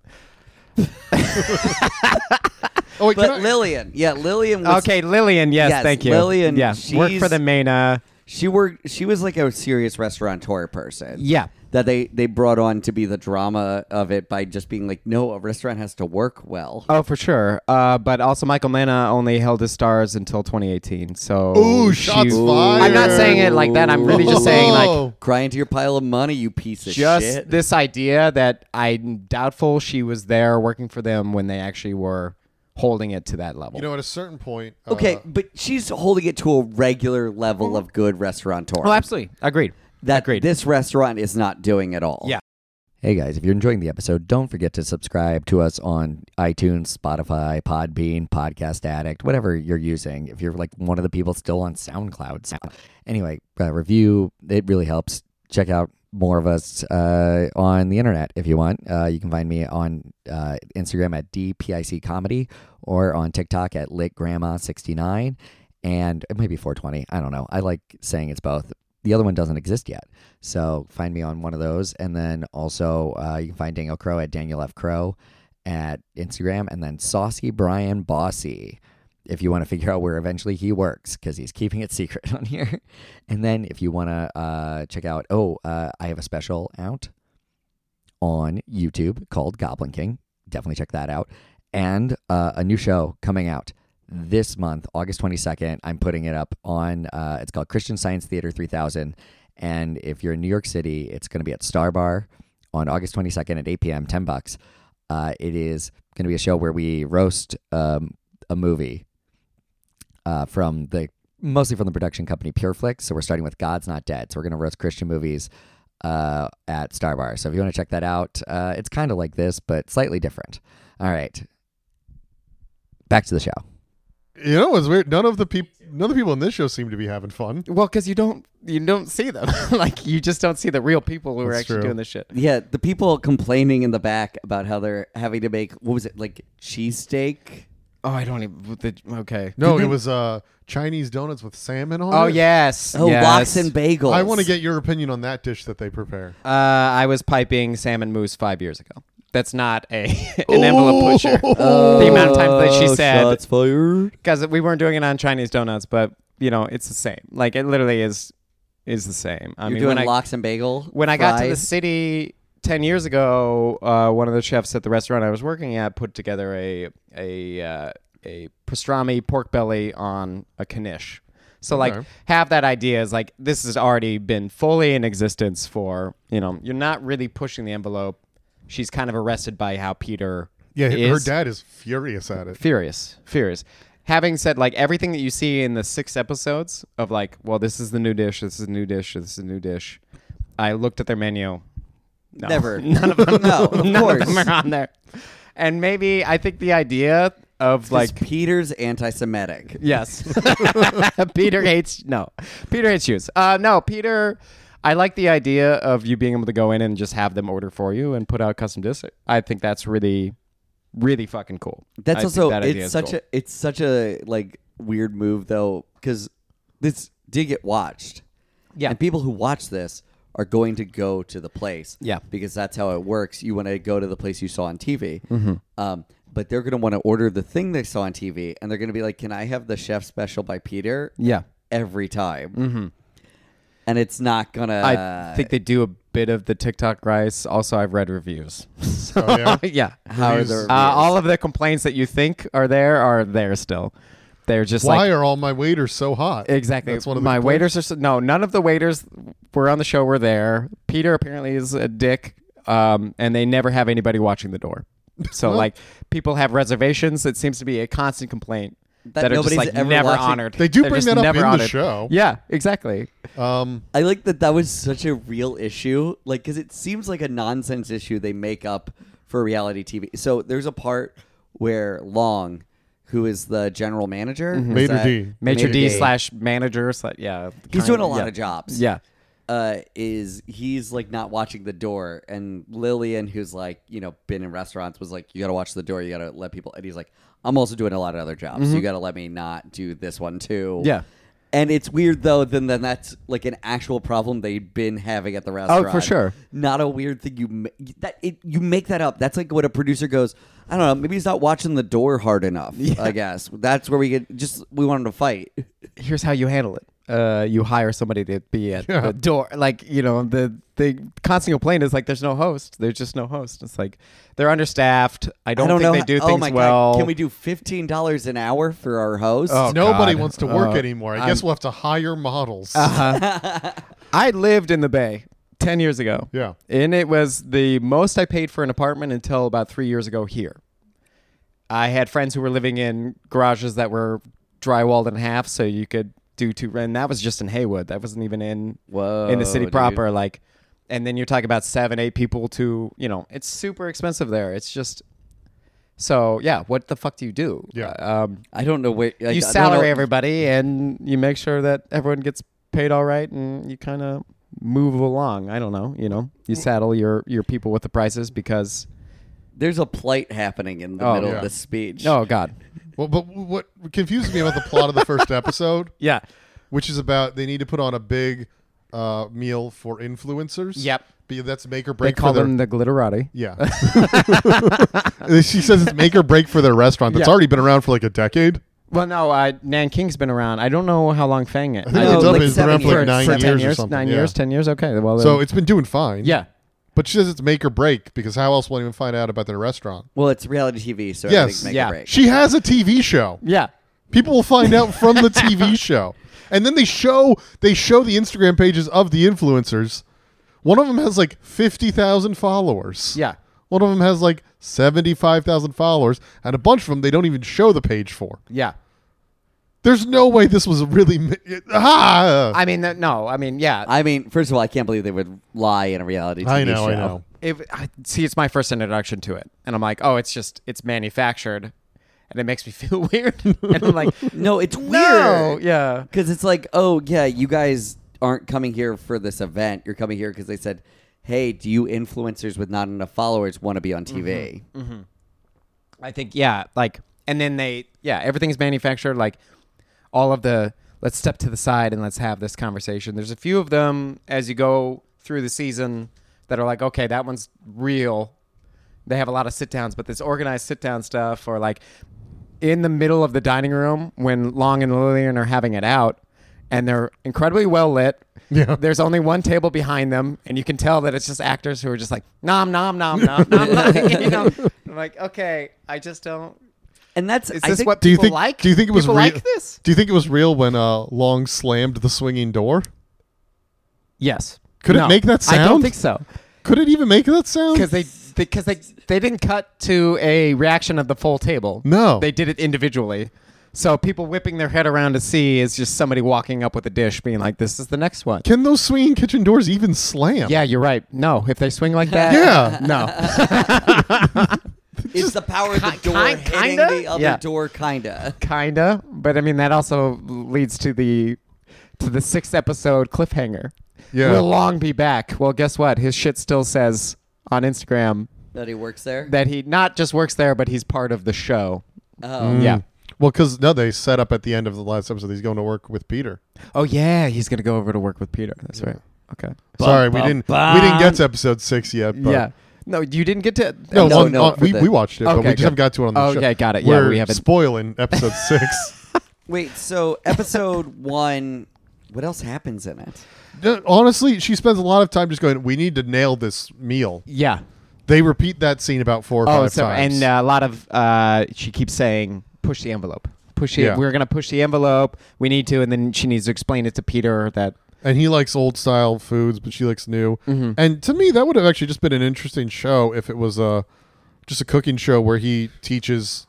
[SPEAKER 2] Oh, wait, can
[SPEAKER 3] But
[SPEAKER 2] I-
[SPEAKER 3] Lillian, yeah, Lillian. Was,
[SPEAKER 1] Okay, Lillian. Yes,
[SPEAKER 3] Yes,
[SPEAKER 1] thank you.
[SPEAKER 3] Lillian,
[SPEAKER 1] Yeah, work for
[SPEAKER 3] she's-
[SPEAKER 1] the Mena.
[SPEAKER 3] she worked. She was like a serious restaurateur person.
[SPEAKER 1] Yeah.
[SPEAKER 3] that they they brought on to be the drama of it by just being like, no, a restaurant has to work well.
[SPEAKER 1] Oh, for sure. Uh, but also, Michael Mena only held his stars until 2018. So,
[SPEAKER 2] Ooh, shots fired.
[SPEAKER 1] I'm not saying it like that. I'm really just saying like
[SPEAKER 2] Whoa.
[SPEAKER 3] Cry into your pile of money, you piece of
[SPEAKER 1] just
[SPEAKER 3] shit.
[SPEAKER 1] this idea that I'm doubtful she was there working for them when they actually were holding it to that level.
[SPEAKER 2] you know, at a certain point.
[SPEAKER 3] okay,
[SPEAKER 2] uh,
[SPEAKER 3] but she's holding it to a regular
[SPEAKER 1] Mm-hmm.
[SPEAKER 3] level of good restaurateur.
[SPEAKER 1] oh, absolutely, agreed.
[SPEAKER 3] that
[SPEAKER 1] Agreed.
[SPEAKER 3] this restaurant is not doing at all.
[SPEAKER 1] Yeah.
[SPEAKER 3] Hey guys, if you're enjoying the episode, don't forget to subscribe to us on iTunes, Spotify, Podbean, Podcast Addict, whatever you're using. If you're like one of the people still on SoundCloud. Sound- Anyway, uh, review, it really helps. Check out more of us uh, on the internet if you want. Uh, you can find me on uh, Instagram at DPIC Comedy or on TikTok at LitGrandma69 and it might be 420. I don't know. I like saying it's both. The other one doesn't exist yet. So find me on one of those. And then also, uh, you can find Daniel Crow at Daniel F. Crow at Instagram. And then Saucy Brian Bossy if you want to figure out where eventually he works because he's keeping it secret on here. And then if you want to uh, check out, oh, uh, I have a special out on YouTube called Goblin King. Definitely check that out. And uh, a new show coming out this month, August 22nd. I'm putting it up on, uh, it's called Christian Science Theater 3000. And if you're in New York City, it's going to be at Star Bar on August 22nd at 8 p.m., 10 bucks. Uh, it is going to be a show where we roast um, a movie uh, from the mostly from the production company PureFlix. So we're starting with God's Not Dead. So we're going to roast Christian movies uh, at Starbar. So if you want to check that out, uh, it's kind of like this, but slightly different. All right, back to the show.
[SPEAKER 2] you know, it's weird. None of the people, none of the people in this show seem to be having fun.
[SPEAKER 1] Well, because you don't you don't see them. like you just don't see the real people who are
[SPEAKER 2] That's
[SPEAKER 1] actually
[SPEAKER 2] true.
[SPEAKER 1] doing this shit.
[SPEAKER 5] Yeah, the people complaining in the back about how they're having to make what was it like cheesesteak?
[SPEAKER 1] Oh, I don't even. The, okay.
[SPEAKER 2] No, it was uh, Chinese donuts with salmon on
[SPEAKER 1] Oh
[SPEAKER 2] it.
[SPEAKER 1] yes.
[SPEAKER 5] Oh,
[SPEAKER 1] yes.
[SPEAKER 5] lox and bagels.
[SPEAKER 2] I want to get your opinion on that dish that they prepare.
[SPEAKER 1] Uh, I was piping salmon mousse five years ago. That's not a an envelope pusher. the amount of times that
[SPEAKER 3] Oh,
[SPEAKER 1] she said
[SPEAKER 5] Oh, shots fired.
[SPEAKER 1] because we weren't doing it on Chinese donuts, but you know it's the same. Like it literally is is the same. I
[SPEAKER 5] You're
[SPEAKER 1] mean,
[SPEAKER 5] doing
[SPEAKER 1] when I
[SPEAKER 5] lox and bagel.
[SPEAKER 1] when I got to the
[SPEAKER 5] fries?
[SPEAKER 1] city ten years ago, uh, one of the chefs at the restaurant I was working at put together a a uh, a pastrami pork belly on a knish. So like
[SPEAKER 2] Okay.
[SPEAKER 1] have that idea is like this has already been fully in existence for you know you're not really pushing the envelope. She's kind of arrested by how Peter
[SPEAKER 2] Yeah,
[SPEAKER 1] is
[SPEAKER 2] her dad is furious at it.
[SPEAKER 1] furious furious having said like everything that you see in the six episodes of like well this is the new dish this is the new dish this is the new dish i looked at their menu no.
[SPEAKER 5] Never.
[SPEAKER 1] none of them
[SPEAKER 5] no, of
[SPEAKER 1] none
[SPEAKER 5] course.
[SPEAKER 1] of them are on there and maybe i think the idea of like
[SPEAKER 5] Like Peter's anti-Semitic.
[SPEAKER 1] Yes. Peter hates no. Peter hates shoes. Uh, no, Peter. I like the idea of you being able to go in and just have them order for you and put out custom discs. I think that's really, really fucking cool. I
[SPEAKER 5] That's
[SPEAKER 1] think
[SPEAKER 5] also
[SPEAKER 1] that idea
[SPEAKER 5] it's
[SPEAKER 1] is
[SPEAKER 5] such
[SPEAKER 1] cool.
[SPEAKER 5] a it's such a like weird move though because this did get watched.
[SPEAKER 1] Yeah.
[SPEAKER 5] and people who watch this are going to go to the place.
[SPEAKER 1] Yeah.
[SPEAKER 5] because that's how it works. You want to go to the place you saw on TV.
[SPEAKER 1] Mm-hmm.
[SPEAKER 5] Um, but they're going to want to order the thing they saw on TV, and they're going to be like, "Can I have the chef special by Peter?"
[SPEAKER 1] yeah.
[SPEAKER 5] every time. Mm-hmm. And it's not gonna.
[SPEAKER 1] I
[SPEAKER 3] Uh,
[SPEAKER 1] think they do a bit of the TikTok rice. Also, I've read reviews. So,
[SPEAKER 2] yeah?
[SPEAKER 1] yeah.
[SPEAKER 5] how are
[SPEAKER 2] Reviews.
[SPEAKER 5] the
[SPEAKER 1] Uh, all of the complaints that you think are there are there still. They're just
[SPEAKER 2] Why
[SPEAKER 1] like
[SPEAKER 2] are all my waiters so hot?
[SPEAKER 1] Exactly.
[SPEAKER 2] That's one of the
[SPEAKER 1] my
[SPEAKER 2] complaints.
[SPEAKER 1] waiters are so, no. None of the waiters were on the show were there. Peter apparently is a dick, um, and they never have anybody watching the door. So like people have reservations. It seems to be a constant complaint that, are just
[SPEAKER 3] nobody's
[SPEAKER 1] like
[SPEAKER 3] ever
[SPEAKER 1] never
[SPEAKER 3] watching.
[SPEAKER 1] honored.
[SPEAKER 2] They do
[SPEAKER 1] They're
[SPEAKER 2] bring
[SPEAKER 1] just
[SPEAKER 2] that up
[SPEAKER 1] never
[SPEAKER 2] in the
[SPEAKER 1] honored.
[SPEAKER 2] show.
[SPEAKER 1] Yeah, exactly.
[SPEAKER 2] Um,
[SPEAKER 3] I like that that was such a real issue, like because it seems like a nonsense issue they make up for reality TV. So there's a part where Long, who is the general manager, is
[SPEAKER 2] Maitre
[SPEAKER 3] that-
[SPEAKER 2] d'.
[SPEAKER 1] Mm-hmm. Major D
[SPEAKER 3] d'.
[SPEAKER 1] slash manager slash yeah.
[SPEAKER 3] he's
[SPEAKER 1] kind-
[SPEAKER 3] doing a lot
[SPEAKER 1] yeah.
[SPEAKER 3] of jobs.
[SPEAKER 1] Yeah.
[SPEAKER 3] uh, is he's like not watching the door, and Lillian, who's like you know been in restaurants, was like, "You got to watch the door. You got to let people." And he's like, "I'm also doing a lot of other jobs. You got to let me not do this one too."
[SPEAKER 1] Mm-hmm. Yeah.
[SPEAKER 3] And it's weird though. Then then that's like an actual problem they've been having at the restaurant.
[SPEAKER 1] Oh, sure.
[SPEAKER 3] Not a weird thing you ma- that it, you make that up. That's like what a producer goes. I don't know. Maybe he's not watching the door hard enough. I guess that's where we get just we want him to fight.
[SPEAKER 1] Here's how you handle it. Uh, you hire somebody to be at the door. Like you know, the the constant complaint is like, there's no host. There's just no host. It's like they're understaffed. I don't,
[SPEAKER 3] I don't
[SPEAKER 1] think
[SPEAKER 3] know.
[SPEAKER 1] they
[SPEAKER 3] how-
[SPEAKER 1] do
[SPEAKER 3] oh
[SPEAKER 1] things
[SPEAKER 3] my
[SPEAKER 1] well.
[SPEAKER 3] God. Can we do fifteen dollars an hour for our host?
[SPEAKER 1] Oh,
[SPEAKER 2] nobody
[SPEAKER 1] God. Uh-huh.
[SPEAKER 2] wants to work
[SPEAKER 1] Uh,
[SPEAKER 2] anymore. I guess we'll have to hire models.
[SPEAKER 1] I lived in the Bay ten years ago.
[SPEAKER 2] Yeah.
[SPEAKER 1] and it was the most I paid for an apartment until about three years ago here. I had friends who were living in garages that were drywalled in half, so you could do two. And that was just in Haywood. That wasn't even in
[SPEAKER 3] Whoa,
[SPEAKER 1] in the city
[SPEAKER 3] dude.
[SPEAKER 1] proper. Like, and then you're talking about seven, eight people to you know, it's super expensive there. It's just so yeah. What the fuck do you do?
[SPEAKER 2] Yeah.
[SPEAKER 1] um,
[SPEAKER 3] I don't know where like,
[SPEAKER 1] you
[SPEAKER 3] I don't
[SPEAKER 1] salary
[SPEAKER 3] know-
[SPEAKER 1] everybody, and you make sure that everyone gets paid all right, and you kind of move along. I don't know. You know, you saddle your your people with the prices because
[SPEAKER 3] There's a plight happening in the
[SPEAKER 1] Oh,
[SPEAKER 3] middle
[SPEAKER 2] yeah.
[SPEAKER 3] of this speech.
[SPEAKER 1] oh god,
[SPEAKER 2] well, but what confuses me about the plot of the first episode,
[SPEAKER 1] yeah,
[SPEAKER 2] which is about they need to put on a big uh, meal for influencers.
[SPEAKER 1] Yep.
[SPEAKER 2] Be- that's make or
[SPEAKER 1] they
[SPEAKER 2] break.
[SPEAKER 1] call
[SPEAKER 2] for their-
[SPEAKER 1] them the glitterati.
[SPEAKER 2] Yeah. she says it's make or break for their restaurant that's
[SPEAKER 1] Yeah.
[SPEAKER 2] already been around for like a decade.
[SPEAKER 1] Well, no, uh, Nanking's been around. I don't know how long Fang is.
[SPEAKER 2] I think
[SPEAKER 3] know,
[SPEAKER 2] it's, up-
[SPEAKER 3] like
[SPEAKER 2] it's been around
[SPEAKER 3] seven
[SPEAKER 2] for like
[SPEAKER 3] years.
[SPEAKER 1] for
[SPEAKER 2] nine
[SPEAKER 3] For
[SPEAKER 2] years,
[SPEAKER 1] 10
[SPEAKER 2] or
[SPEAKER 1] years,
[SPEAKER 2] something.
[SPEAKER 1] nine
[SPEAKER 2] yeah.
[SPEAKER 1] years, ten years. Okay, well,
[SPEAKER 2] So
[SPEAKER 1] then-
[SPEAKER 2] it's been doing fine.
[SPEAKER 1] yeah,
[SPEAKER 2] But she says it's make or break because how else will anyone find out about their restaurant?
[SPEAKER 3] Well, it's reality TV, so
[SPEAKER 2] Yes.
[SPEAKER 3] everything's make
[SPEAKER 1] Yeah.
[SPEAKER 3] a break.
[SPEAKER 2] She has a TV show.
[SPEAKER 1] yeah.
[SPEAKER 2] People will find out from the TV show. And then they show they show the Instagram pages of the influencers. One of them has like 50,000 followers.
[SPEAKER 1] Yeah.
[SPEAKER 2] One of them has like 75,000 followers and a bunch of them they don't even show the page for.
[SPEAKER 1] Yeah.
[SPEAKER 2] There's no way this was really mi- ah!
[SPEAKER 1] I mean, that, no. I mean, yeah.
[SPEAKER 3] I mean, first of all, I can't believe they would lie in a reality TV
[SPEAKER 2] I know,
[SPEAKER 3] show.
[SPEAKER 2] I know.
[SPEAKER 1] if I, see, it's my first introduction to it, and I'm like, oh, it's just it's manufactured, and it makes me feel weird. and I'm like,
[SPEAKER 3] No, it's
[SPEAKER 1] no,
[SPEAKER 3] weird.
[SPEAKER 1] yeah,
[SPEAKER 3] Because it's like, oh, yeah, you guys aren't coming here for this event. You're coming here because they said, hey, do you influencers with not enough followers want to be on
[SPEAKER 2] Mm-hmm.
[SPEAKER 3] TV?
[SPEAKER 1] I think yeah, like, and then they yeah, everything's manufactured. Like, all of the let's step to the side and let's have this conversation. There's a few of them as you go through the season that are like, okay, that one's real. They have a lot of sit downs, but this organized sit down stuff, or like in the middle of the dining room when Long and Lillian are having it out, and they're incredibly well lit.
[SPEAKER 2] Yeah.
[SPEAKER 1] There's only one table behind them, and you can tell that it's just actors who are just like nom nom nom nom nom. nom. you know, I'm like, okay, I just don't.
[SPEAKER 3] And that's,
[SPEAKER 1] Is
[SPEAKER 3] I
[SPEAKER 1] this
[SPEAKER 3] think,
[SPEAKER 1] what
[SPEAKER 2] Do you
[SPEAKER 1] people
[SPEAKER 2] think
[SPEAKER 1] like?
[SPEAKER 2] do you think it was
[SPEAKER 1] people
[SPEAKER 2] real
[SPEAKER 1] like this?
[SPEAKER 2] Do you think it was real when uh, Long slammed the swinging door?
[SPEAKER 1] Yes.
[SPEAKER 2] Could it make that
[SPEAKER 1] I don't
[SPEAKER 2] sound?
[SPEAKER 1] think so
[SPEAKER 2] Could it even make that sound?
[SPEAKER 1] because they because they they didn't cut to a reaction of the full table.
[SPEAKER 2] No.
[SPEAKER 1] they did it individually. So people whipping their head around to see is just somebody walking up with a dish, being like, "This is the next one."
[SPEAKER 2] Can those swinging kitchen doors even slam?
[SPEAKER 1] Yeah, you're right. No, if they swing like that,
[SPEAKER 2] Yeah.
[SPEAKER 1] no.
[SPEAKER 3] is the power of the door
[SPEAKER 1] ki-
[SPEAKER 3] hitting
[SPEAKER 1] kinda?
[SPEAKER 3] the other
[SPEAKER 1] Yeah.
[SPEAKER 3] door, kinda.
[SPEAKER 1] kinda but i mean that also leads to the to the sixth episode cliffhanger
[SPEAKER 2] Yeah.
[SPEAKER 1] will long be back well guess what his shit still says on instagram
[SPEAKER 3] That he works there.
[SPEAKER 1] that he not just works there but he's part of the show
[SPEAKER 3] oh.
[SPEAKER 2] Mm.
[SPEAKER 1] yeah
[SPEAKER 2] Well, because no, they set up at the end of the last episode. He's going to work with Peter.
[SPEAKER 1] oh yeah he's gonna go over to work with peter that's right okay
[SPEAKER 2] Sorry, we didn't we didn't get to episode six yet. But
[SPEAKER 1] yeah no you didn't get to
[SPEAKER 2] No,
[SPEAKER 3] No,
[SPEAKER 2] on-
[SPEAKER 3] no,
[SPEAKER 2] on-
[SPEAKER 3] for
[SPEAKER 2] we,
[SPEAKER 3] the-
[SPEAKER 2] we watched it, but we
[SPEAKER 1] Okay,
[SPEAKER 2] just
[SPEAKER 1] good.
[SPEAKER 2] haven't got to it on the show.
[SPEAKER 1] Okay, got it. Yeah,
[SPEAKER 2] We're
[SPEAKER 1] we haven't-
[SPEAKER 2] spoiling episode six.
[SPEAKER 3] Wait, so episode one, what else happens in it?
[SPEAKER 2] No, Honestly, she spends a lot of time just going. We need to nail this meal.
[SPEAKER 1] yeah
[SPEAKER 2] They repeat that scene about four or
[SPEAKER 1] oh
[SPEAKER 2] five
[SPEAKER 1] so
[SPEAKER 2] times.
[SPEAKER 1] and uh, a lot of uh she keeps saying push the envelope push it
[SPEAKER 2] Yeah.
[SPEAKER 1] we're gonna push the envelope we need to and then she needs to explain it to peter that
[SPEAKER 2] and he likes old style foods, but she likes new.
[SPEAKER 1] Mm-hmm.
[SPEAKER 2] And to me, that would have actually just been an interesting show if it was a just a cooking show where he teaches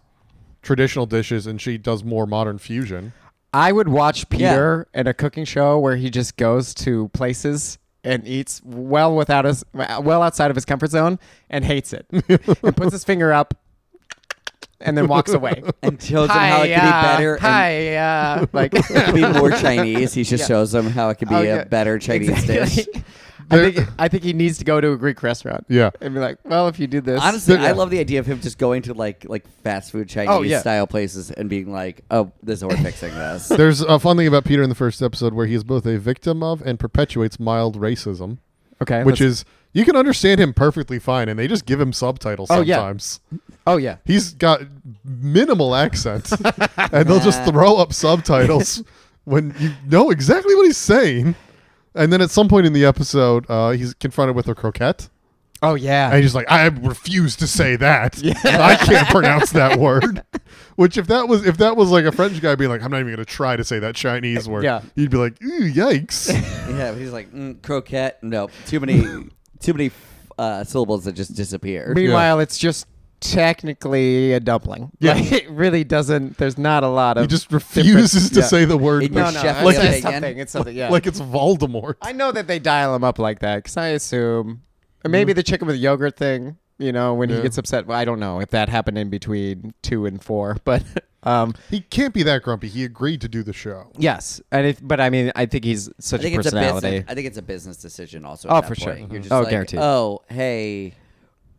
[SPEAKER 2] traditional dishes and she does more modern fusion.
[SPEAKER 1] I would watch Peter in a cooking show where he just goes to places and eats well without his well outside of his comfort zone and hates it. and puts his finger up and then walks away.
[SPEAKER 3] and shows them how it can be better and
[SPEAKER 1] Hi, like
[SPEAKER 3] it can be more Chinese. He just shows them how it can be
[SPEAKER 1] Okay.
[SPEAKER 3] a better Chinese dish.
[SPEAKER 1] Oh, Exactly. I think I think he needs to go to a Greek restaurant.
[SPEAKER 2] Yeah.
[SPEAKER 1] and be like, well, if you do this,
[SPEAKER 3] Honestly, I love the idea of him just going to like like fast food Chinese
[SPEAKER 1] Oh, yeah.
[SPEAKER 3] style places and being like, "Oh, this is how we're fixing this."
[SPEAKER 2] There's a fun thing about Peter in the first episode where he is both a victim of and perpetuates mild racism,
[SPEAKER 1] okay,
[SPEAKER 2] which
[SPEAKER 1] let's-
[SPEAKER 2] is you can understand him perfectly fine, and they just give him subtitles
[SPEAKER 1] Oh, yeah.
[SPEAKER 2] sometimes.
[SPEAKER 1] oh yeah,
[SPEAKER 2] He's got minimal accent, and they'll just throw up subtitles when you know exactly what he's saying. And then at some point in the episode, uh, he's confronted with a croquette.
[SPEAKER 1] oh yeah.
[SPEAKER 2] And he's just like, I refuse to say that. I can't pronounce that word. Which if that was if that was like a French guy being like, I'm not even gonna try to say that Chinese word,
[SPEAKER 1] Yeah.
[SPEAKER 2] you'd be like, Ooh, yikes.
[SPEAKER 3] yeah, but he's like mm, croquette. No, too many, too many uh, syllables that just disappear.
[SPEAKER 1] Meanwhile, it's just technically a dumpling.
[SPEAKER 2] Yeah.
[SPEAKER 1] Like, it really doesn't. There's not a lot of.
[SPEAKER 2] he just refuses to
[SPEAKER 1] yeah.
[SPEAKER 2] say the word
[SPEAKER 3] It
[SPEAKER 1] no,
[SPEAKER 3] Your
[SPEAKER 1] no,
[SPEAKER 3] chef
[SPEAKER 1] it's,
[SPEAKER 3] like-
[SPEAKER 1] it's
[SPEAKER 3] again?
[SPEAKER 1] something. It's something. Yeah.
[SPEAKER 2] like it's Voldemort.
[SPEAKER 1] I know that they dial him up like that because I assume, or maybe the chicken with yogurt thing. You know, when he
[SPEAKER 2] Mm. Yeah.
[SPEAKER 1] gets upset. Well, I don't know if that happened in between two and four, but um,
[SPEAKER 2] He can't be that grumpy. He agreed to do the show.
[SPEAKER 1] yes. And if, but I mean, I think he's such
[SPEAKER 3] I think
[SPEAKER 1] a
[SPEAKER 3] it's a
[SPEAKER 1] personality.
[SPEAKER 3] business. I think it's a business decision also.
[SPEAKER 1] Oh,
[SPEAKER 3] at that
[SPEAKER 1] for sure.
[SPEAKER 3] point.
[SPEAKER 1] Mhm.
[SPEAKER 3] You're just
[SPEAKER 1] Oh,
[SPEAKER 3] like,
[SPEAKER 1] guaranteed.
[SPEAKER 3] Mm-hmm. oh, hey,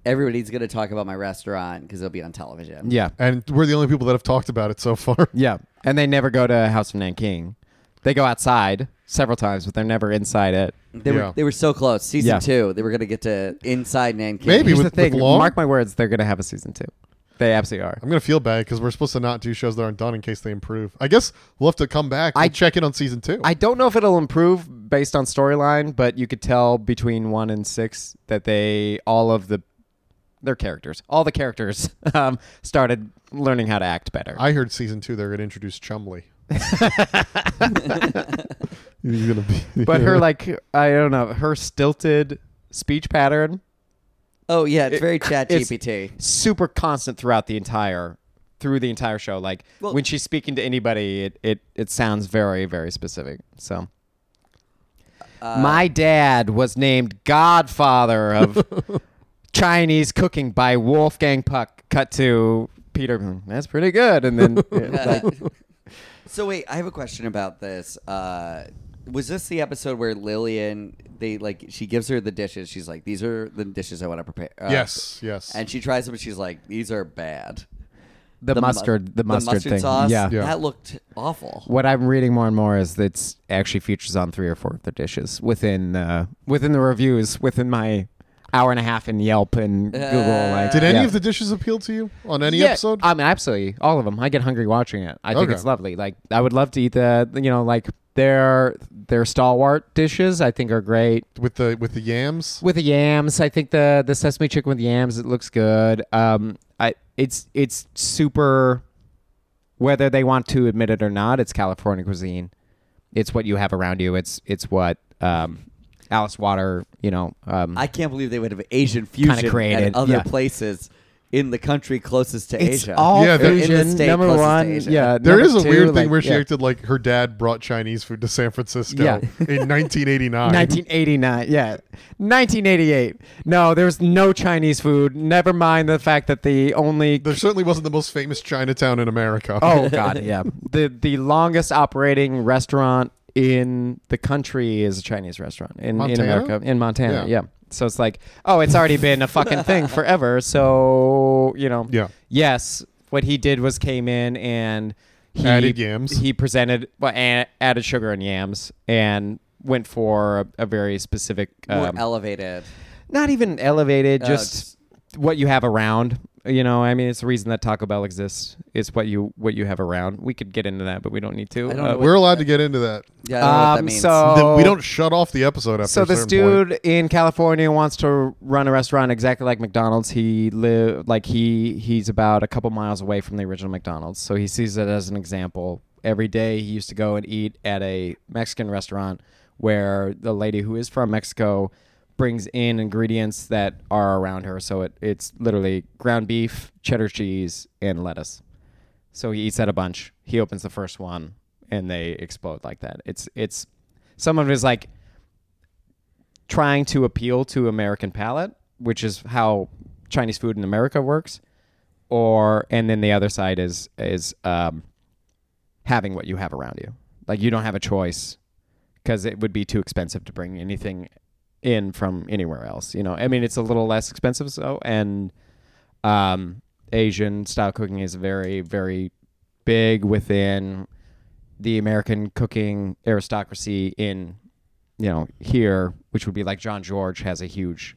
[SPEAKER 3] everybody's gonna talk about my restaurant because it'll be on television.
[SPEAKER 1] yeah,
[SPEAKER 2] And we're the only people that have talked about it so far.
[SPEAKER 1] yeah. And they never go to House of Nanking. They go outside several times, but they're never inside it.
[SPEAKER 3] They
[SPEAKER 2] Yeah.
[SPEAKER 3] were they were so close. Season
[SPEAKER 1] Yeah.
[SPEAKER 3] two, they were gonna get to inside Nanking.
[SPEAKER 2] Maybe
[SPEAKER 1] Here's
[SPEAKER 2] with-
[SPEAKER 1] the thing.
[SPEAKER 2] with Long?
[SPEAKER 1] Mark my words, they're going to have a season two. They absolutely are.
[SPEAKER 2] I'm gonna feel bad because we're supposed to not do shows that aren't done in case they improve. I guess we'll have to come back.
[SPEAKER 1] I-
[SPEAKER 2] and check in on season two.
[SPEAKER 1] I don't know if it'll improve based on storyline, but you could tell between one and six that they all of the their characters, all the characters, um, started learning how to act better.
[SPEAKER 2] I heard season two they're gonna introduce Chumley. He's gonna be,
[SPEAKER 1] but her like I don't know her stilted speech pattern,
[SPEAKER 3] Oh yeah, it's very
[SPEAKER 1] It-
[SPEAKER 3] chat
[SPEAKER 1] it's-
[SPEAKER 3] GPT.
[SPEAKER 1] super constant throughout the entire through the entire show. Like
[SPEAKER 3] Well-
[SPEAKER 1] when she's speaking to anybody, it it, it sounds very very specific. So.
[SPEAKER 3] Uh,
[SPEAKER 1] My dad was named Godfather of Chinese cooking by Wolfgang Puck. Cut to Peter. "Hmm, That's pretty good. And then uh, like,
[SPEAKER 3] So wait, I have a question about this. Uh, was this the episode where Lillian they like she gives her the dishes? She's like, "These are the dishes I want to prepare." Uh,
[SPEAKER 2] yes, yes.
[SPEAKER 3] and she tries them. and She's like, "These are bad."
[SPEAKER 1] the,
[SPEAKER 3] mu-
[SPEAKER 1] mustard, the mustard, thing.
[SPEAKER 3] sauce.
[SPEAKER 1] Yeah.
[SPEAKER 2] Yeah.
[SPEAKER 3] that looked awful.
[SPEAKER 1] What I'm reading more and more is that it's actually features on three or four of their dishes within uh, within the reviews within my hour and a half in Yelp and Google. Like,
[SPEAKER 2] Did any
[SPEAKER 1] yeah.
[SPEAKER 2] of the dishes appeal to you on any
[SPEAKER 1] Yeah,
[SPEAKER 2] episode?
[SPEAKER 1] I mean, absolutely, all of them. I get hungry watching it. I think
[SPEAKER 2] Okay.
[SPEAKER 1] it's lovely. Like, I would love to eat the, you know, like their their stalwart dishes. I think are great
[SPEAKER 2] with the with the yams?
[SPEAKER 1] with the yams. I think the the sesame chicken with yams. It looks good. Um, I it's it's super. Whether they want to admit it or not, it's California cuisine. It's what you have around you. It's it's what um, Alice Water. You know, um,
[SPEAKER 3] I can't believe they would have Asian fusion
[SPEAKER 1] created,
[SPEAKER 3] at other
[SPEAKER 1] yeah.
[SPEAKER 3] places in the country closest to
[SPEAKER 1] it's
[SPEAKER 3] Asia.
[SPEAKER 1] all
[SPEAKER 2] Yeah, they're-
[SPEAKER 3] in the
[SPEAKER 1] Asian.
[SPEAKER 3] state
[SPEAKER 1] number
[SPEAKER 3] closest to
[SPEAKER 1] one,
[SPEAKER 3] Asia.
[SPEAKER 1] yeah.
[SPEAKER 2] There
[SPEAKER 1] number
[SPEAKER 2] is a
[SPEAKER 1] two,
[SPEAKER 2] weird thing
[SPEAKER 1] like,
[SPEAKER 2] where she
[SPEAKER 1] yeah.
[SPEAKER 2] acted like her dad brought Chinese food to San Francisco
[SPEAKER 1] Yeah.
[SPEAKER 2] in 1989.
[SPEAKER 1] 1989. Yeah. 1988. No, there was no Chinese food. Never mind the fact that the only
[SPEAKER 2] there certainly wasn't the most famous Chinatown in America.
[SPEAKER 1] Oh god, yeah. The the longest operating restaurant in the country is a Chinese restaurant in, in
[SPEAKER 2] Montana?
[SPEAKER 1] America in Montana. Yeah.
[SPEAKER 2] Yeah.
[SPEAKER 1] So it's like, oh, it's already been a fucking thing forever. So, you know.
[SPEAKER 2] Yeah.
[SPEAKER 1] Yes, what he did was came in and he
[SPEAKER 2] Added yams.
[SPEAKER 1] He presented well, and added sugar and yams and went for a, a very specific
[SPEAKER 3] more
[SPEAKER 1] um,
[SPEAKER 3] elevated.
[SPEAKER 1] not even elevated,
[SPEAKER 3] Uh,
[SPEAKER 1] just what you have around. You know, I mean, it's the reason that Taco Bell exists. It's what you what you have around. We could get into that, but we don't need to.
[SPEAKER 3] I don't know
[SPEAKER 2] We're allowed to get into that.
[SPEAKER 3] Yeah, I don't know what that
[SPEAKER 1] um,
[SPEAKER 3] means.
[SPEAKER 1] so
[SPEAKER 2] Then we don't shut off the episode after.
[SPEAKER 1] So
[SPEAKER 2] a
[SPEAKER 1] this
[SPEAKER 2] certain point.
[SPEAKER 1] dude in California wants to run a restaurant exactly like McDonald's. He live like he he's about a couple miles away from the original McDonald's, so he sees it as an example. Every day he used to go and eat at a Mexican restaurant where the lady who is from Mexico brings in ingredients that are around her. So it, it's literally ground beef, cheddar cheese, and lettuce. So he eats that a bunch. He opens the first one, and they explode like that. It's it's some of it is like trying to appeal to American palate, which is how Chinese food in America works, or and then the other side is is um, having what you have around you. Like you don't have a choice because it would be too expensive to bring anything in from anywhere else. You know, I mean, it's a little less expensive, so and um, Asian style cooking is very, very big within the American cooking aristocracy in, you know, here, which would be like John George has a huge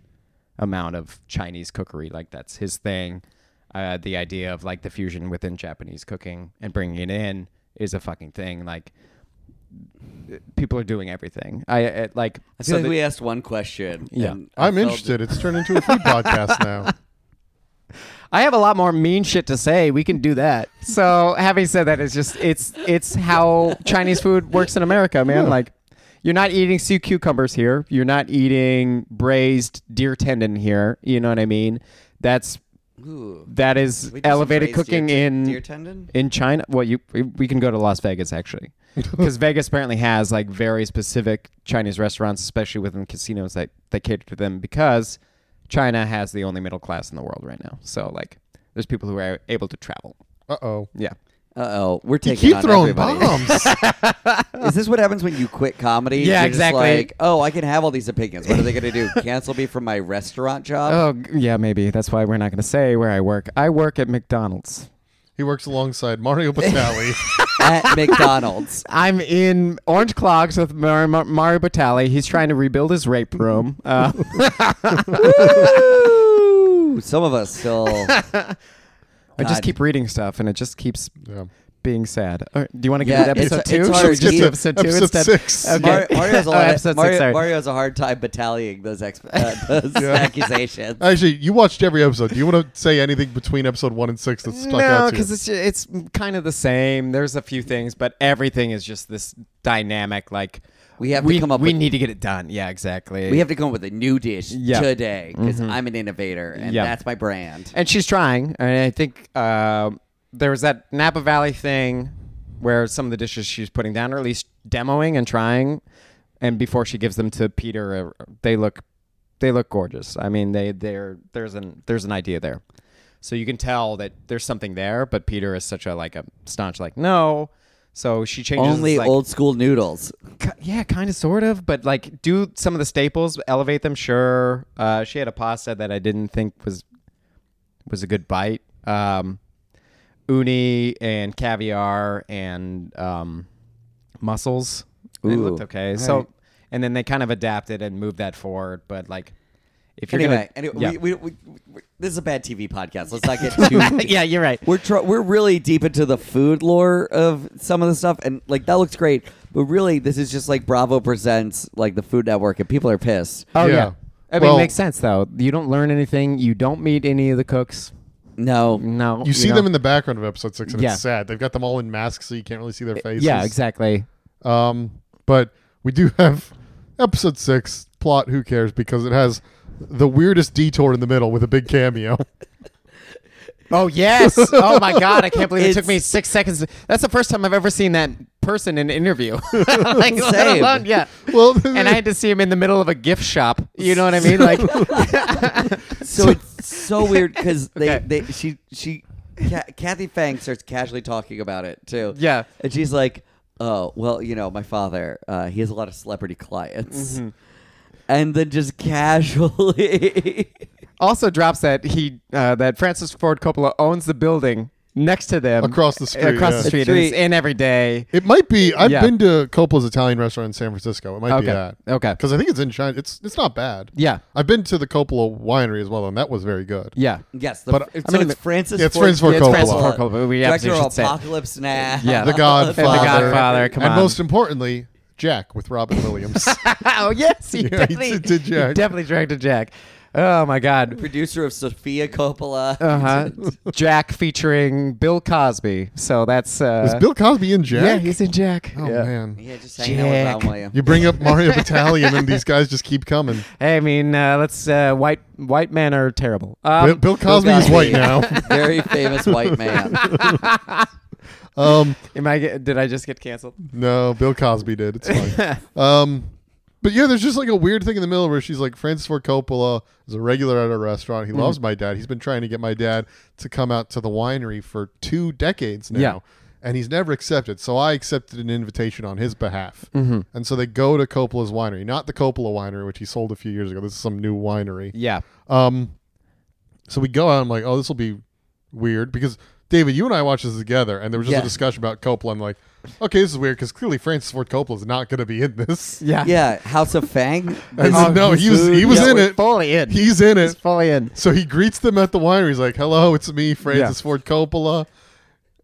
[SPEAKER 1] amount of Chinese cookery. Like that's his thing. Uh, the idea of like the fusion within Japanese cooking and bringing it in is a fucking thing. Like people are doing everything. I it, like
[SPEAKER 3] I feel like we asked one question.
[SPEAKER 1] Yeah.
[SPEAKER 3] and I
[SPEAKER 2] I'm
[SPEAKER 3] felt-
[SPEAKER 2] interested. It's turned into a food podcast now.
[SPEAKER 1] I have a lot more mean shit to say. We can do that. So, having said that, it's just it's it's how Chinese food works in America, man. Like, you're not eating sea cucumbers here. You're not eating braised deer tendon here. You know what I mean? That's
[SPEAKER 3] Ooh.
[SPEAKER 1] that is
[SPEAKER 3] We do some
[SPEAKER 1] elevated
[SPEAKER 3] braised
[SPEAKER 1] cooking
[SPEAKER 3] deer-
[SPEAKER 1] in
[SPEAKER 3] deer tendon?
[SPEAKER 1] in China. Well, you we- we can go to Las Vegas actually, because Vegas apparently has like very specific Chinese restaurants, especially within casinos that that cater to them, because China has the only middle class in the world right now. So like, there's people who are able to travel.
[SPEAKER 2] Uh oh.
[SPEAKER 1] Yeah,
[SPEAKER 3] Uh oh, we're
[SPEAKER 2] You
[SPEAKER 3] taking
[SPEAKER 2] keep
[SPEAKER 3] on
[SPEAKER 2] throwing
[SPEAKER 3] everybody.
[SPEAKER 2] bombs.
[SPEAKER 3] Is this what happens when you quit comedy?
[SPEAKER 1] Yeah,
[SPEAKER 3] You're just
[SPEAKER 1] exactly.
[SPEAKER 3] like, oh, I can have all these opinions. What are they going to do? Cancel me from my restaurant job?
[SPEAKER 1] Oh g- yeah, maybe that's why we're not going to say where I work. I work at McDonald's.
[SPEAKER 2] he works alongside Mario Batali.
[SPEAKER 1] Oh.
[SPEAKER 3] at McDonald's.
[SPEAKER 1] I'm in orange clogs with Mar- Mar- Mario Batali. He's trying to rebuild his rape room. Uh,
[SPEAKER 3] Woo! Some of us still.
[SPEAKER 1] I just
[SPEAKER 3] God.
[SPEAKER 1] keep reading stuff, and it just keeps
[SPEAKER 2] yeah.
[SPEAKER 1] being sad. All right, do you want to get
[SPEAKER 3] Yeah,
[SPEAKER 1] to episode
[SPEAKER 3] it's-
[SPEAKER 1] two?
[SPEAKER 3] it's
[SPEAKER 1] Should
[SPEAKER 3] hard
[SPEAKER 1] we
[SPEAKER 3] to
[SPEAKER 1] just do
[SPEAKER 3] keep-
[SPEAKER 1] episode two
[SPEAKER 2] episode
[SPEAKER 1] instead?
[SPEAKER 2] six.
[SPEAKER 1] Okay.
[SPEAKER 3] Mario, Mario's, a
[SPEAKER 1] Oh,
[SPEAKER 3] lot of-
[SPEAKER 1] episode
[SPEAKER 3] Mario-
[SPEAKER 1] six. Sorry.
[SPEAKER 3] Mario's a hard time battling those, ex- uh, those accusations.
[SPEAKER 2] Actually, you watched every episode. Do you want to say anything between episode one and six that stuck
[SPEAKER 1] no,
[SPEAKER 2] out to you?
[SPEAKER 1] because it's ju- it's kind of the same. There's a few things, but everything is just this dynamic. Like
[SPEAKER 3] We have to
[SPEAKER 1] we,
[SPEAKER 3] come up
[SPEAKER 1] We
[SPEAKER 3] with-
[SPEAKER 1] need to get it done. Yeah, exactly.
[SPEAKER 3] We have to come up with a new dish
[SPEAKER 1] Yeah. Mm-hmm.
[SPEAKER 3] today because I'm an innovator and
[SPEAKER 1] Yeah.
[SPEAKER 3] that's my brand.
[SPEAKER 1] and she's trying. And I think uh, there was that Napa Valley thing where some of the dishes she's putting down, or at least demoing and trying. And before she gives them to Peter, uh, they look they look gorgeous. I mean, they they're there's an there's an idea there. So you can tell that there's something there, but Peter is such a like a staunch like no. So she changes
[SPEAKER 3] Only
[SPEAKER 1] like,
[SPEAKER 3] old school noodles.
[SPEAKER 1] Ki- yeah, kind of, sort of, but like do some of the staples, elevate them. Sure. Uh, she had a pasta that I didn't think was was a good bite. Um, uni and caviar and um, mussels. They
[SPEAKER 3] Ooh.
[SPEAKER 1] looked okay. So, and then they kind of adapted and moved that forward. But like, if you're
[SPEAKER 3] Anyway,
[SPEAKER 1] gonna,
[SPEAKER 3] anyway
[SPEAKER 1] yeah.
[SPEAKER 3] we, we, we, we- this is a bad TV podcast. Let's not get too.
[SPEAKER 1] yeah, you're right.
[SPEAKER 3] We're tr- we're really deep into the food lore of some of the stuff, and like that looks great. But really, this is just like Bravo presents like the Food Network, and people are pissed.
[SPEAKER 1] Oh yeah.
[SPEAKER 2] Yeah.
[SPEAKER 1] I mean,
[SPEAKER 2] Well-
[SPEAKER 1] it makes sense though. You don't learn anything. You don't meet any of the cooks.
[SPEAKER 3] No,
[SPEAKER 1] No,
[SPEAKER 2] you see
[SPEAKER 1] know?
[SPEAKER 2] them in the background of episode six, and
[SPEAKER 1] Yeah. Eh,
[SPEAKER 2] it's sad. They've got them all in masks, so you can't really see their faces.
[SPEAKER 1] Yeah, exactly.
[SPEAKER 2] Um, but we do have episode six plot. Who cares? Because it has the weirdest detour in the middle with a big cameo.
[SPEAKER 1] Oh yes! Oh my god! I can't believe it took
[SPEAKER 3] It's-
[SPEAKER 1] me six seconds. That's the first time I've ever seen that person in an interview. like, let
[SPEAKER 3] Same.
[SPEAKER 1] alone- yeah.
[SPEAKER 2] well,
[SPEAKER 1] And I had to see him in the middle of a gift shop. You know what I mean? Like,
[SPEAKER 3] so it's so weird because they,
[SPEAKER 1] Okay.
[SPEAKER 3] they she she Ca- Kathy Fang starts casually talking about it too.
[SPEAKER 1] Yeah.
[SPEAKER 3] and she's like, "Oh well, you know, my father, uh, he has a lot of celebrity clients," and then just casually.
[SPEAKER 1] also drops that he uh, that Francis Ford Coppola owns the building next to them
[SPEAKER 2] Across the street,
[SPEAKER 1] across
[SPEAKER 2] yeah.
[SPEAKER 1] the street,
[SPEAKER 3] Street.
[SPEAKER 1] and it's in every day.
[SPEAKER 2] it might be. I've
[SPEAKER 1] Yeah.
[SPEAKER 2] been to Coppola's Italian restaurant in San Francisco. It might
[SPEAKER 1] Okay.
[SPEAKER 2] be that.
[SPEAKER 1] Okay.
[SPEAKER 2] Because I think it's in China. It's it's not bad.
[SPEAKER 1] Yeah.
[SPEAKER 2] I've been to the Coppola winery as well, and that was very good.
[SPEAKER 1] Yeah.
[SPEAKER 3] Yes, the,
[SPEAKER 2] But,
[SPEAKER 3] so
[SPEAKER 2] I mean,
[SPEAKER 3] it's Francis.
[SPEAKER 2] yeah, it's
[SPEAKER 3] Ford,
[SPEAKER 2] Francis Ford
[SPEAKER 1] Yeah, it's Francis
[SPEAKER 2] Coppola.
[SPEAKER 1] Ford Coppola. We
[SPEAKER 3] director
[SPEAKER 1] absolutely
[SPEAKER 3] of
[SPEAKER 1] should say. it.
[SPEAKER 3] Apocalypse Now.
[SPEAKER 1] Yeah.
[SPEAKER 2] The Godfather.
[SPEAKER 1] And the Godfather. Come
[SPEAKER 2] and
[SPEAKER 1] on.
[SPEAKER 2] most importantly, Jack with Robin Williams.
[SPEAKER 1] oh yes, he
[SPEAKER 2] Yeah, he
[SPEAKER 1] definitely
[SPEAKER 2] did- did Jack.
[SPEAKER 1] He definitely directed Jack. Oh my god.
[SPEAKER 3] Producer of Sophia Coppola.
[SPEAKER 1] Uh huh. Jack featuring Bill Cosby. So that's uh,
[SPEAKER 2] Is Bill Cosby in Jack?
[SPEAKER 1] Yeah, he's in Jack.
[SPEAKER 2] Oh
[SPEAKER 1] yeah.
[SPEAKER 2] man.
[SPEAKER 3] Yeah, just hanging out
[SPEAKER 1] Jack.
[SPEAKER 3] with Ron Williams.
[SPEAKER 2] You bring up Mario Battalion, and these guys just keep coming.
[SPEAKER 1] Hey, I mean, uh, let's uh, white white men are terrible. Um,
[SPEAKER 2] Bill, Bill Cosby is
[SPEAKER 3] Cosby.
[SPEAKER 2] white now.
[SPEAKER 3] Very famous white man.
[SPEAKER 2] Um,
[SPEAKER 1] Am I get, did I just get canceled?
[SPEAKER 2] no, Bill Cosby did. It's fine. um, but yeah, there's just like a weird thing in the middle where she's like, Francis Ford Coppola is a regular at our restaurant. He loves my dad. He's been trying to get my dad to come out to the winery for two decades now.
[SPEAKER 1] Yeah.
[SPEAKER 2] And he's never accepted. So I accepted an invitation on his behalf. And so they go to Coppola's winery, not the Coppola winery, which he sold a few years ago. This is some new winery.
[SPEAKER 1] Yeah.
[SPEAKER 2] Um, so we go out. I'm like, oh, this will be weird because David, you and I watched this together, and there was just
[SPEAKER 3] Yeah.
[SPEAKER 2] a discussion about Coppola. I'm like, okay, this is weird because clearly Francis Ford Coppola is not going to be in this.
[SPEAKER 1] Yeah.
[SPEAKER 3] Yeah, House of Fang.
[SPEAKER 2] And
[SPEAKER 3] This-
[SPEAKER 2] no, he was he was
[SPEAKER 1] Yeah,
[SPEAKER 2] in
[SPEAKER 1] we're
[SPEAKER 2] it.
[SPEAKER 1] Fully in.
[SPEAKER 2] He's in
[SPEAKER 1] He's
[SPEAKER 2] it.
[SPEAKER 1] fully in.
[SPEAKER 2] So he greets them at the winery. He's like, hello, it's me, Francis
[SPEAKER 1] Yeah.
[SPEAKER 2] Ford Coppola.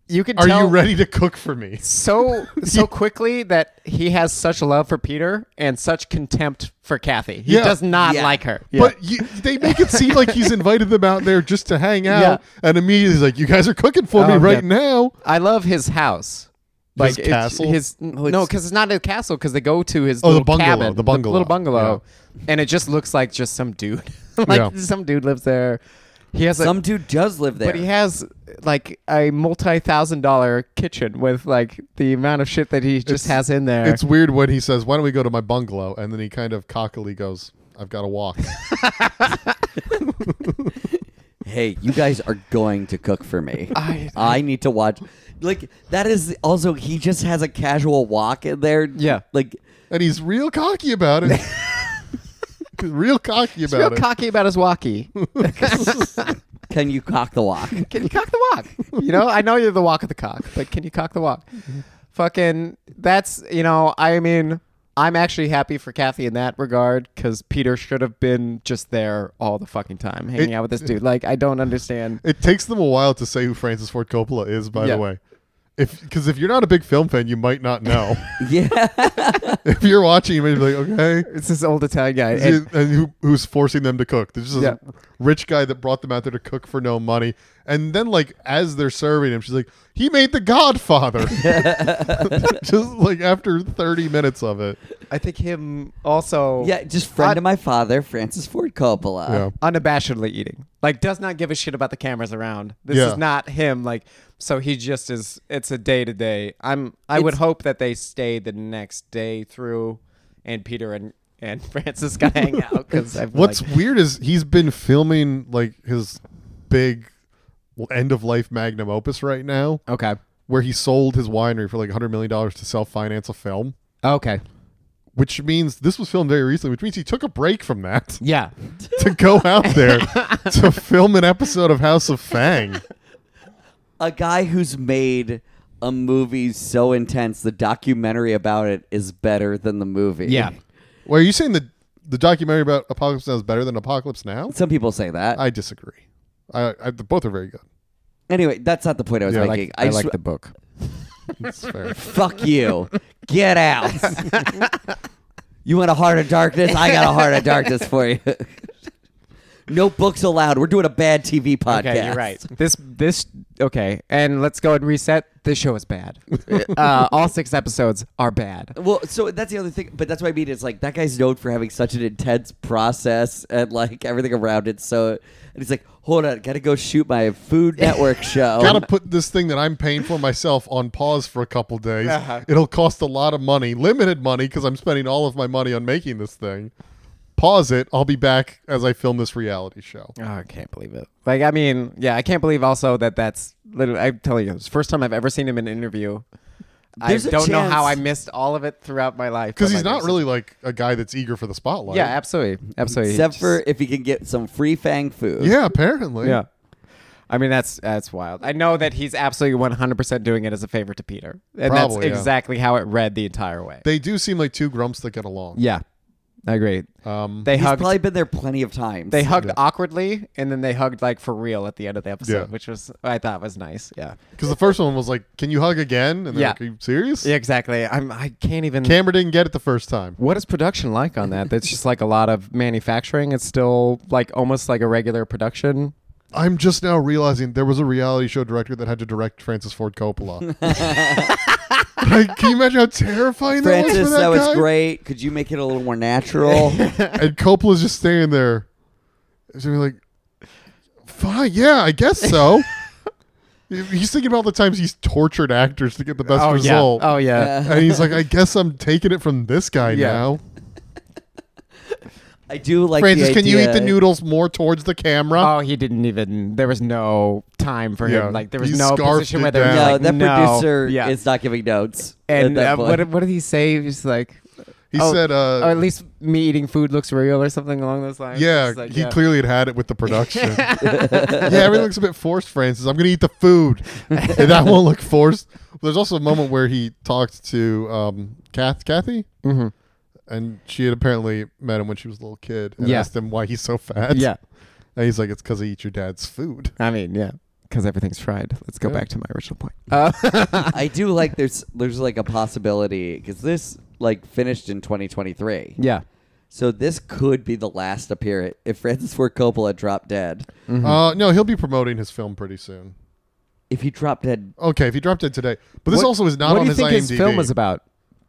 [SPEAKER 1] You can.
[SPEAKER 2] Are
[SPEAKER 1] tell
[SPEAKER 2] you ready to cook for me?
[SPEAKER 1] So so quickly that he has such love for Peter and such contempt for Kathy. He
[SPEAKER 2] Yeah.
[SPEAKER 1] does not
[SPEAKER 3] Yeah.
[SPEAKER 1] like her.
[SPEAKER 2] But you, they make it seem like he's invited them out there just to hang out,
[SPEAKER 1] Yeah.
[SPEAKER 2] and immediately he's like, "You guys are cooking for me
[SPEAKER 1] Oh,
[SPEAKER 2] right
[SPEAKER 1] yeah.
[SPEAKER 2] now."
[SPEAKER 1] I love his house. Like it's-
[SPEAKER 2] castle?
[SPEAKER 1] His
[SPEAKER 3] Oh,
[SPEAKER 1] no, because it's not a castle. Because they go to his
[SPEAKER 2] Oh, the
[SPEAKER 1] little
[SPEAKER 2] bungalow,
[SPEAKER 1] cabin,
[SPEAKER 2] the bungalow,
[SPEAKER 1] little bungalow, and it just looks like just some dude. like
[SPEAKER 2] Yeah.
[SPEAKER 1] some dude lives there. He has a,
[SPEAKER 3] Some dude does live there.
[SPEAKER 1] but he has like a multi-thousand dollar kitchen with like the amount of shit that he just
[SPEAKER 2] It's-
[SPEAKER 1] has in there.
[SPEAKER 2] It's weird when he says, "Why don't we go to my bungalow?" and then he kind of cockily goes, "I've got to walk."
[SPEAKER 3] hey, you guys are going to cook for me.
[SPEAKER 1] I-
[SPEAKER 3] need to watch. Like that is also he just has a casual walk in there.
[SPEAKER 1] Yeah.
[SPEAKER 3] like
[SPEAKER 2] and he's real cocky about it. He's real cocky
[SPEAKER 1] He's real
[SPEAKER 2] about it.
[SPEAKER 1] cocky about his walkie.
[SPEAKER 3] can you cock the walk?
[SPEAKER 1] can you cock the walk? You know, I know you're the walk of the cock, but can you cock the walk? Fucking, that's, you know, I mean, I'm actually happy for Kathy in that regard because Peter should have been just there all the fucking time hanging
[SPEAKER 2] It-
[SPEAKER 1] out with this dude. Like, I don't understand.
[SPEAKER 2] it takes them a while to say who Francis Ford Coppola is, by
[SPEAKER 1] Yeah.
[SPEAKER 2] the way. If because if you're not a big film fan, you might not know.
[SPEAKER 3] yeah,
[SPEAKER 2] if you're watching, you may be like, okay,
[SPEAKER 1] It's this old Italian guy.
[SPEAKER 2] Is he-
[SPEAKER 1] And,
[SPEAKER 2] and, who, who's forcing them to cook. There's just
[SPEAKER 1] Yeah.
[SPEAKER 2] a rich guy that brought them out there to cook for no money. And then, like, as they're serving him, she's like, he made the Godfather. just like after 30 minutes of it.
[SPEAKER 1] I think him also
[SPEAKER 3] yeah. Just friend of my father, Francis Ford Coppola.
[SPEAKER 2] Yeah.
[SPEAKER 1] unabashedly eating. Like, does not give a shit about the cameras around. This
[SPEAKER 2] Yeah.
[SPEAKER 1] is not him. Like, so he just is, it's a day to day. I'm, I would
[SPEAKER 3] It's-
[SPEAKER 1] hope that they stay the next day through and Peter and, and Francis got to hang out because
[SPEAKER 2] What's weird is he's been filming, like, his big end of life magnum opus right now,
[SPEAKER 1] okay,
[SPEAKER 2] where he sold his winery for like $100 million to self finance a film.
[SPEAKER 1] okay,
[SPEAKER 2] Which means this was filmed very recently, which means he took a break from that.
[SPEAKER 1] yeah,
[SPEAKER 2] to go out there to film an episode of House of Fang.
[SPEAKER 3] a guy who's made a movie so intense, the documentary about it is better than the movie.
[SPEAKER 1] yeah.
[SPEAKER 2] Well, are you saying the the documentary about Apocalypse Now is better than Apocalypse Now?
[SPEAKER 3] Some people say that.
[SPEAKER 2] I disagree. I, I both are very good.
[SPEAKER 3] anyway, that's not the point I was
[SPEAKER 2] Yeah, I like-
[SPEAKER 3] making. I, just,
[SPEAKER 1] book.
[SPEAKER 2] It's fair.
[SPEAKER 3] Fuck you. Get out. you want a heart of darkness? I got a heart of darkness for you. no books allowed. We're doing a bad TV podcast.
[SPEAKER 1] Okay, you're right. This this okay, and let's go and reset. This show is bad. uh, all six episodes are bad.
[SPEAKER 3] Well, so that's the other thing, but that's what I mean. It's like that guy's known for having such an intense process and like everything around it. So, and he's like, "Hold on, gotta go shoot my Food Network show."
[SPEAKER 2] Gotta
[SPEAKER 1] Um,
[SPEAKER 2] put this thing that I'm paying for myself on pause for a couple days.
[SPEAKER 1] Uh-huh.
[SPEAKER 2] It'll cost a lot of money, limited money, because I'm spending all of my money on making this thing. Pause it. I'll be back as I film this reality show.
[SPEAKER 1] Oh, I can't believe it. Like, I mean, yeah, I can't believe also that that's literally. I'm telling you, it's the first time I've ever seen him in an interview.
[SPEAKER 3] There's
[SPEAKER 1] I
[SPEAKER 3] a
[SPEAKER 1] don't know how I
[SPEAKER 3] chance-
[SPEAKER 1] missed all of it throughout my life.
[SPEAKER 2] Because
[SPEAKER 1] but
[SPEAKER 2] he's
[SPEAKER 1] my
[SPEAKER 2] not
[SPEAKER 1] goodness.
[SPEAKER 2] really like a guy that's eager for the spotlight.
[SPEAKER 1] Yeah, absolutely, absolutely. He
[SPEAKER 3] except
[SPEAKER 1] just-
[SPEAKER 3] for if he can get some free Fang food.
[SPEAKER 2] Yeah, apparently.
[SPEAKER 1] yeah. I mean that's that's wild. I know that he's absolutely 100% doing it as a favor to Peter. And
[SPEAKER 2] Probably, yeah.
[SPEAKER 1] that's exactly how it read the entire way.
[SPEAKER 2] They do seem like two grumps that get along.
[SPEAKER 1] Yeah, I agree.
[SPEAKER 2] Um,
[SPEAKER 1] They
[SPEAKER 3] he's
[SPEAKER 1] hugged.
[SPEAKER 3] probably been there plenty of times.
[SPEAKER 1] they hugged awkwardly, and then they hugged like for real at the end of the episode,
[SPEAKER 2] Yeah.
[SPEAKER 1] which was I thought was nice. Yeah.
[SPEAKER 2] Because the first one was like, "Can you hug again?" And they're
[SPEAKER 1] Yeah.
[SPEAKER 2] like, "Are you serious?"
[SPEAKER 1] Yeah, exactly. I'm. I can't even.
[SPEAKER 2] Camera didn't get it the first time.
[SPEAKER 1] what is production like on that? That's just like a lot of manufacturing. It's still like almost like a regular production.
[SPEAKER 2] I'm just now realizing there was a reality show director that had to direct Francis Ford Coppola. like, can you imagine how terrifying that was
[SPEAKER 3] Francis,
[SPEAKER 2] for that,
[SPEAKER 3] that, was
[SPEAKER 2] guy?
[SPEAKER 3] great. Could you make it a little more natural?
[SPEAKER 2] And Coppola's just standing there, so like, "Fine, yeah, I guess so." He's thinking about all the times he's tortured actors to get the best
[SPEAKER 1] oh yeah.
[SPEAKER 2] result.
[SPEAKER 1] Oh yeah.
[SPEAKER 2] and he's like, I guess I'm taking it from this guy
[SPEAKER 1] Yeah.
[SPEAKER 2] now.
[SPEAKER 3] I do like.
[SPEAKER 2] Francis,
[SPEAKER 3] the
[SPEAKER 2] can you eat the
[SPEAKER 3] idea-
[SPEAKER 2] noodles more towards the camera?
[SPEAKER 1] Oh, he didn't even. There was no time for
[SPEAKER 2] Yeah.
[SPEAKER 1] him. Like there was
[SPEAKER 2] He
[SPEAKER 1] no
[SPEAKER 2] scarfed
[SPEAKER 1] position
[SPEAKER 2] it
[SPEAKER 1] where there was
[SPEAKER 2] down.
[SPEAKER 3] No,
[SPEAKER 1] like,
[SPEAKER 3] that
[SPEAKER 1] no.
[SPEAKER 3] producer
[SPEAKER 1] yeah.
[SPEAKER 3] is not giving notes. at
[SPEAKER 1] And
[SPEAKER 3] that
[SPEAKER 1] uh,
[SPEAKER 3] point.
[SPEAKER 1] what, what did he say? He's like,
[SPEAKER 2] he
[SPEAKER 1] oh,
[SPEAKER 2] said, uh,
[SPEAKER 1] or at least me eating food looks real or something along those lines.
[SPEAKER 2] yeah,
[SPEAKER 1] It's like,
[SPEAKER 2] he clearly had had it with the production. yeah, everything looks a bit forced, Francis. I'm going to eat the food. And that won't look forced. There's also a moment where he talked to um, Kath, Kathy,
[SPEAKER 1] Mhm.
[SPEAKER 2] and she had apparently met him when she was a little kid and
[SPEAKER 1] Yeah.
[SPEAKER 2] asked him why he's so fat.
[SPEAKER 1] yeah.
[SPEAKER 2] And he's like, it's because I eat your dad's food.
[SPEAKER 1] I mean, yeah, because everything's fried. Let's go back to my original point.
[SPEAKER 3] I do like there's there's like a possibility because this like finished in 2023.
[SPEAKER 1] yeah.
[SPEAKER 3] So this could be the last appearance if Francis Ford Coppola dropped dead.
[SPEAKER 1] Mm-hmm.
[SPEAKER 2] Uh, no, he'll be promoting his film pretty soon.
[SPEAKER 3] If he dropped dead,
[SPEAKER 2] Okay, if he dropped it today, but this
[SPEAKER 1] What-
[SPEAKER 2] also is not
[SPEAKER 1] what do
[SPEAKER 2] on
[SPEAKER 1] you
[SPEAKER 2] his
[SPEAKER 1] think
[SPEAKER 2] IMDb.
[SPEAKER 1] his film is about?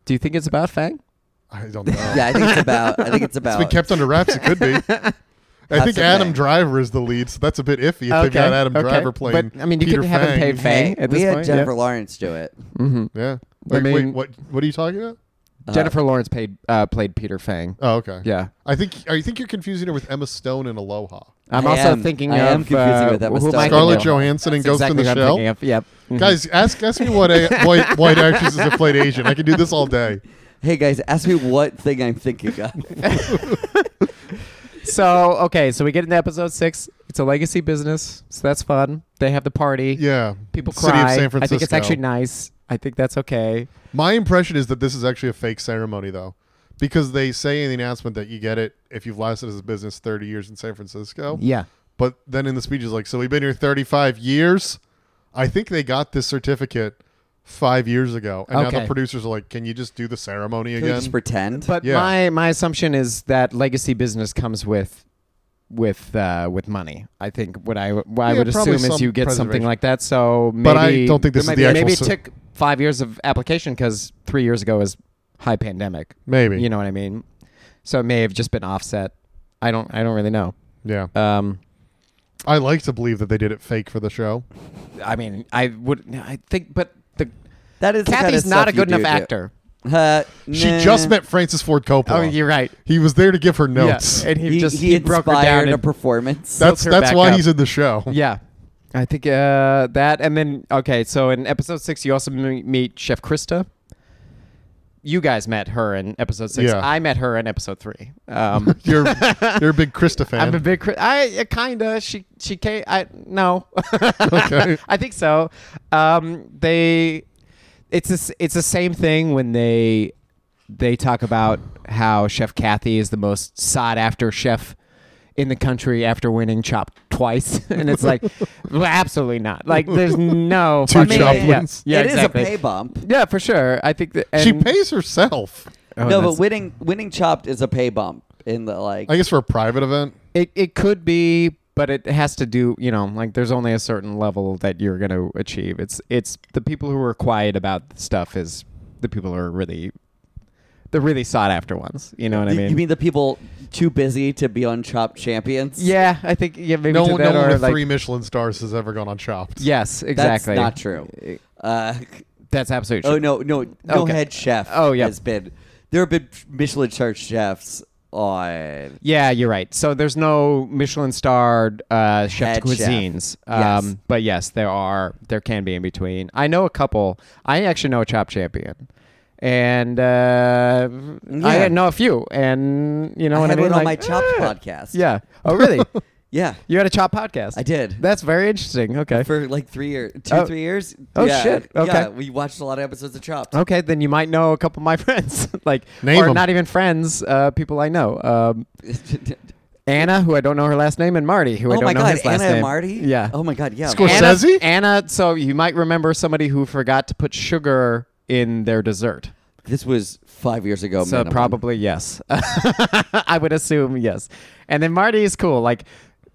[SPEAKER 1] Do you think it's about Fang?
[SPEAKER 2] I don't know.
[SPEAKER 3] yeah, I think it's about. I think it's about.
[SPEAKER 2] It's been kept under wraps. It could be. I think
[SPEAKER 3] the
[SPEAKER 2] Adam
[SPEAKER 3] thing.
[SPEAKER 2] Driver is the lead, so that's a bit iffy. If they've got Adam Driver playing,
[SPEAKER 1] But I mean, you
[SPEAKER 2] Peter
[SPEAKER 1] could have him
[SPEAKER 2] Fang.
[SPEAKER 1] pay Fang
[SPEAKER 3] Hey,
[SPEAKER 1] at
[SPEAKER 3] we
[SPEAKER 1] this
[SPEAKER 3] had
[SPEAKER 1] point.
[SPEAKER 3] Jennifer Lawrence do it.
[SPEAKER 2] Yeah.
[SPEAKER 1] I
[SPEAKER 2] Wait, wait,
[SPEAKER 1] mean-
[SPEAKER 2] what? What are you talking about?
[SPEAKER 1] Yeah. Jennifer Lawrence paid uh, played Peter Fang.
[SPEAKER 2] Oh, okay.
[SPEAKER 1] Yeah.
[SPEAKER 2] I think I think you're confusing her with Emma Stone in Aloha.
[SPEAKER 1] I'm
[SPEAKER 3] I
[SPEAKER 1] also
[SPEAKER 3] am-
[SPEAKER 1] thinking
[SPEAKER 3] I
[SPEAKER 1] of
[SPEAKER 3] am confusing
[SPEAKER 1] uh,
[SPEAKER 3] with that
[SPEAKER 1] who am
[SPEAKER 3] mistake.
[SPEAKER 1] I thinking
[SPEAKER 2] Scarlett
[SPEAKER 1] of?
[SPEAKER 2] Johansson in
[SPEAKER 1] That's
[SPEAKER 2] Ghost
[SPEAKER 1] exactly
[SPEAKER 2] in the
[SPEAKER 1] who I'm
[SPEAKER 2] Shell.
[SPEAKER 1] thinking of. Yep. Mhm.
[SPEAKER 2] Guys, ask ask me what a, white white actresses have played Asian. I can do this all day.
[SPEAKER 3] Hey guys, ask me what thing I'm thinking of.
[SPEAKER 1] So okay, so we get into episode six. It's a legacy business, so that's fun. They have the party.
[SPEAKER 2] Yeah.
[SPEAKER 1] People
[SPEAKER 2] City
[SPEAKER 1] cry.
[SPEAKER 2] of San Francisco.
[SPEAKER 1] I think it's actually nice. I think that's okay.
[SPEAKER 2] My impression is that this is actually a fake ceremony, though, because they say in the announcement that you get it if you've lasted as a business 30 years in San Francisco.
[SPEAKER 1] Yeah.
[SPEAKER 2] But then in the speech is like, so we've been here 35 years. I think they got this certificate five years ago, and now the
[SPEAKER 1] Okay.
[SPEAKER 2] producers are like, can you just do the ceremony
[SPEAKER 3] Can we
[SPEAKER 2] again?
[SPEAKER 3] just pretend?
[SPEAKER 1] But
[SPEAKER 2] Yeah.
[SPEAKER 1] my my assumption is that legacy business comes with with uh, with money. I think what I what I
[SPEAKER 2] Yeah,
[SPEAKER 1] would assume
[SPEAKER 2] probably
[SPEAKER 1] is
[SPEAKER 2] some
[SPEAKER 1] you get something
[SPEAKER 2] preservation.
[SPEAKER 1] like that. So maybe
[SPEAKER 2] But I don't think this
[SPEAKER 1] there
[SPEAKER 2] is
[SPEAKER 1] might be-
[SPEAKER 2] the actual
[SPEAKER 1] maybe
[SPEAKER 2] cer-
[SPEAKER 1] it took five years of application because three years ago was high pandemic.
[SPEAKER 2] Maybe.
[SPEAKER 1] you know what I mean. So it may have just been offset. I don't I don't really know.
[SPEAKER 2] yeah.
[SPEAKER 1] Um,
[SPEAKER 2] I like to believe that they did it fake for the show.
[SPEAKER 1] I mean I would I think, but the
[SPEAKER 3] that is the kind
[SPEAKER 1] Kathy's
[SPEAKER 3] of
[SPEAKER 1] not
[SPEAKER 3] stuff
[SPEAKER 1] a good
[SPEAKER 3] you
[SPEAKER 1] enough
[SPEAKER 3] do do.
[SPEAKER 1] actor.
[SPEAKER 3] Uh,
[SPEAKER 2] She
[SPEAKER 3] nah.
[SPEAKER 2] just met Francis Ford Coppola.
[SPEAKER 1] Oh, you're right.
[SPEAKER 2] He was there to give her notes.
[SPEAKER 1] Yeah. And he,
[SPEAKER 3] He,
[SPEAKER 1] just
[SPEAKER 3] he,
[SPEAKER 1] broke her
[SPEAKER 3] inspired
[SPEAKER 1] down
[SPEAKER 3] a
[SPEAKER 1] and
[SPEAKER 3] performance.
[SPEAKER 2] that's
[SPEAKER 1] built her
[SPEAKER 2] that's
[SPEAKER 1] back
[SPEAKER 2] why
[SPEAKER 1] up.
[SPEAKER 2] he's in the show.
[SPEAKER 1] Yeah. I think uh, that, and then okay. So in episode six, you also m- meet Chef Krista. You guys met her in episode six.
[SPEAKER 2] Yeah.
[SPEAKER 1] I met her in episode three. Um,
[SPEAKER 2] You're you're a big Krista fan.
[SPEAKER 1] I'm a big. Chris- I uh, kinda. She she came. I no.
[SPEAKER 2] Okay.
[SPEAKER 1] I think so. Um, they. It's this, it's the same thing when they they talk about how Chef Kathy is the most sought after chef in the country after winning Chopped twice, and it's like well, absolutely not. Like there's no
[SPEAKER 2] Two
[SPEAKER 1] fucking-
[SPEAKER 2] Chopped
[SPEAKER 1] yeah.
[SPEAKER 2] wins.
[SPEAKER 1] Yeah,
[SPEAKER 3] It is
[SPEAKER 1] exactly.
[SPEAKER 3] a pay bump.
[SPEAKER 1] Yeah, for sure. I think that and,
[SPEAKER 2] she pays herself.
[SPEAKER 1] Oh,
[SPEAKER 3] no,
[SPEAKER 1] that's-
[SPEAKER 3] but winning winning chopped is a pay bump in the like.
[SPEAKER 2] I guess for a private event.
[SPEAKER 1] It it could be, but it has to do, you know, like there's only a certain level that you're going to achieve. It's it's the people who are quiet about stuff is the people who are really the really sought after ones. You know what I
[SPEAKER 3] You-
[SPEAKER 1] mean?
[SPEAKER 3] You mean the people too busy to be on Chopped Champions?
[SPEAKER 1] yeah, I think yeah, maybe
[SPEAKER 2] No,
[SPEAKER 1] to
[SPEAKER 2] one-
[SPEAKER 1] that
[SPEAKER 2] no one
[SPEAKER 1] or
[SPEAKER 2] with
[SPEAKER 1] like
[SPEAKER 2] three Michelin stars has ever gone on Chopped.
[SPEAKER 1] yes,
[SPEAKER 3] that's
[SPEAKER 1] exactly.
[SPEAKER 3] not true. Uh,
[SPEAKER 1] That's absolutely true.
[SPEAKER 3] oh no, no, no
[SPEAKER 1] Okay.
[SPEAKER 3] head chef.
[SPEAKER 1] Oh, yeah.
[SPEAKER 3] has been there have been Michelin chart chefs on.
[SPEAKER 1] Yeah, you're right. So there's no Michelin starred uh, chef
[SPEAKER 3] Head chef.
[SPEAKER 1] cuisines.
[SPEAKER 3] Yes.
[SPEAKER 1] Um, But yes, there are. There can be in between. I know a couple. I actually know a chop champion, and uh,
[SPEAKER 3] Yeah.
[SPEAKER 1] I know a few. And you know
[SPEAKER 3] I
[SPEAKER 1] what
[SPEAKER 3] had
[SPEAKER 1] I mean?
[SPEAKER 3] one on
[SPEAKER 1] Like,
[SPEAKER 3] my Chopped
[SPEAKER 1] yeah.
[SPEAKER 3] podcast.
[SPEAKER 1] Yeah. Oh, really?
[SPEAKER 3] yeah,
[SPEAKER 1] you had a chop podcast?
[SPEAKER 3] I did.
[SPEAKER 1] That's very interesting. Okay.
[SPEAKER 3] for like three years, two,
[SPEAKER 1] Oh.
[SPEAKER 3] three years.
[SPEAKER 1] Oh,
[SPEAKER 3] yeah,
[SPEAKER 1] shit.
[SPEAKER 3] Yeah,
[SPEAKER 1] Okay.
[SPEAKER 3] we watched a lot of episodes of Chopped.
[SPEAKER 1] okay, then you might know a couple of my friends, like
[SPEAKER 2] Name
[SPEAKER 1] or
[SPEAKER 2] 'em.
[SPEAKER 1] not even friends, uh, people I know. Um, Anna, who I don't know her last name, and Marty, who I
[SPEAKER 3] oh
[SPEAKER 1] don't
[SPEAKER 3] my
[SPEAKER 1] know
[SPEAKER 3] god,
[SPEAKER 1] his last
[SPEAKER 3] Anna
[SPEAKER 1] name.
[SPEAKER 3] and Marty.
[SPEAKER 1] Yeah.
[SPEAKER 3] Oh my god, yeah.
[SPEAKER 2] Score-
[SPEAKER 3] Anna-
[SPEAKER 2] Scorsese?
[SPEAKER 1] Anna, so you might remember somebody who forgot to put sugar in their dessert.
[SPEAKER 3] This was five years
[SPEAKER 2] Oh,
[SPEAKER 3] ago.
[SPEAKER 1] So
[SPEAKER 3] minimum.
[SPEAKER 1] probably yes. I would assume yes. And then Marty is cool. Like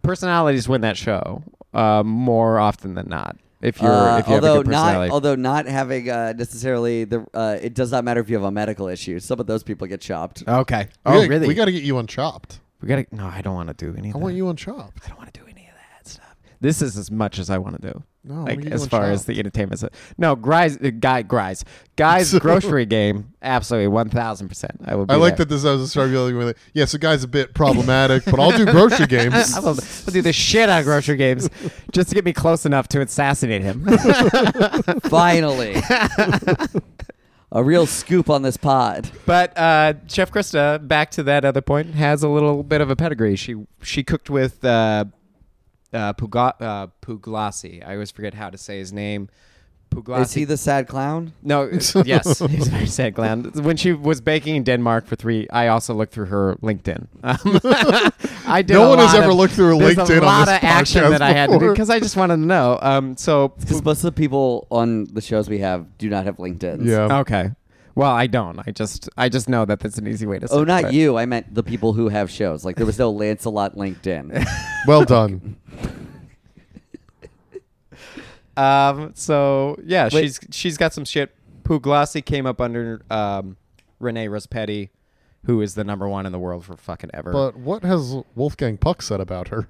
[SPEAKER 1] personalities win that show uh, more often than not. If you're
[SPEAKER 3] Uh,
[SPEAKER 1] if you
[SPEAKER 3] although
[SPEAKER 1] have a good
[SPEAKER 3] not
[SPEAKER 1] personality.
[SPEAKER 3] although not having uh, necessarily the uh, it does not matter if you have a medical issue. Some of those people get chopped.
[SPEAKER 1] okay.
[SPEAKER 2] We
[SPEAKER 1] Oh
[SPEAKER 2] gotta,
[SPEAKER 1] really?
[SPEAKER 2] We got Oh, to get you on Chopped.
[SPEAKER 1] we gotta no, I don't want to do any of
[SPEAKER 2] I
[SPEAKER 1] that.
[SPEAKER 2] want you on Chopped.
[SPEAKER 1] I don't want to do any of that stuff. This is as much as I want to do.
[SPEAKER 2] No, what are
[SPEAKER 1] like
[SPEAKER 2] Oh, you
[SPEAKER 1] as
[SPEAKER 2] doing,
[SPEAKER 1] far
[SPEAKER 2] child?
[SPEAKER 1] as the entertainment. se- No, Grise, uh, guy, Grise, guys, grocery game. Absolutely, one thousand percent. I will. Be
[SPEAKER 2] I like
[SPEAKER 1] there.
[SPEAKER 2] that this has a start dealing with it. Yeah, so guy's a bit problematic, but I'll do grocery games.
[SPEAKER 1] I will, I'll do the shit out of grocery games just to get me close enough to assassinate him.
[SPEAKER 5] Finally. a real scoop on this pod.
[SPEAKER 1] But uh, Chef Krista, back to that other point, has a little bit of a pedigree. She she cooked with uh, uh, Puga- uh, Puglasi. I always forget how to say his name. Puglasi.
[SPEAKER 5] Is he the sad clown?
[SPEAKER 1] no, yes, he's a very sad clown. When she was baking in Denmark for three, I also looked through her LinkedIn. Um, I did.
[SPEAKER 2] No
[SPEAKER 1] a
[SPEAKER 2] one has
[SPEAKER 1] lot
[SPEAKER 2] ever
[SPEAKER 1] of-
[SPEAKER 2] looked through
[SPEAKER 1] there's A
[SPEAKER 2] LinkedIn on
[SPEAKER 1] lot
[SPEAKER 2] this
[SPEAKER 1] of action
[SPEAKER 2] podcast
[SPEAKER 1] that I had to do
[SPEAKER 2] before.
[SPEAKER 1] because I just wanted to know. Um, so
[SPEAKER 5] Because most of the people on the shows we have do not have LinkedIn.
[SPEAKER 2] yeah.
[SPEAKER 1] okay. Well, I don't. I just I just know that that's an easy way to.
[SPEAKER 5] Oh,
[SPEAKER 1] search,
[SPEAKER 5] not
[SPEAKER 1] but-
[SPEAKER 5] you. I meant the people who have shows. Like there was no Lancelot LinkedIn.
[SPEAKER 2] Well done.
[SPEAKER 1] Um. So yeah,
[SPEAKER 5] Wait.
[SPEAKER 1] she's she's got some shit. Puglasi came up under um, Renee Ruspetti, who is the number one in the world for fucking ever.
[SPEAKER 2] But what has Wolfgang Puck said about her?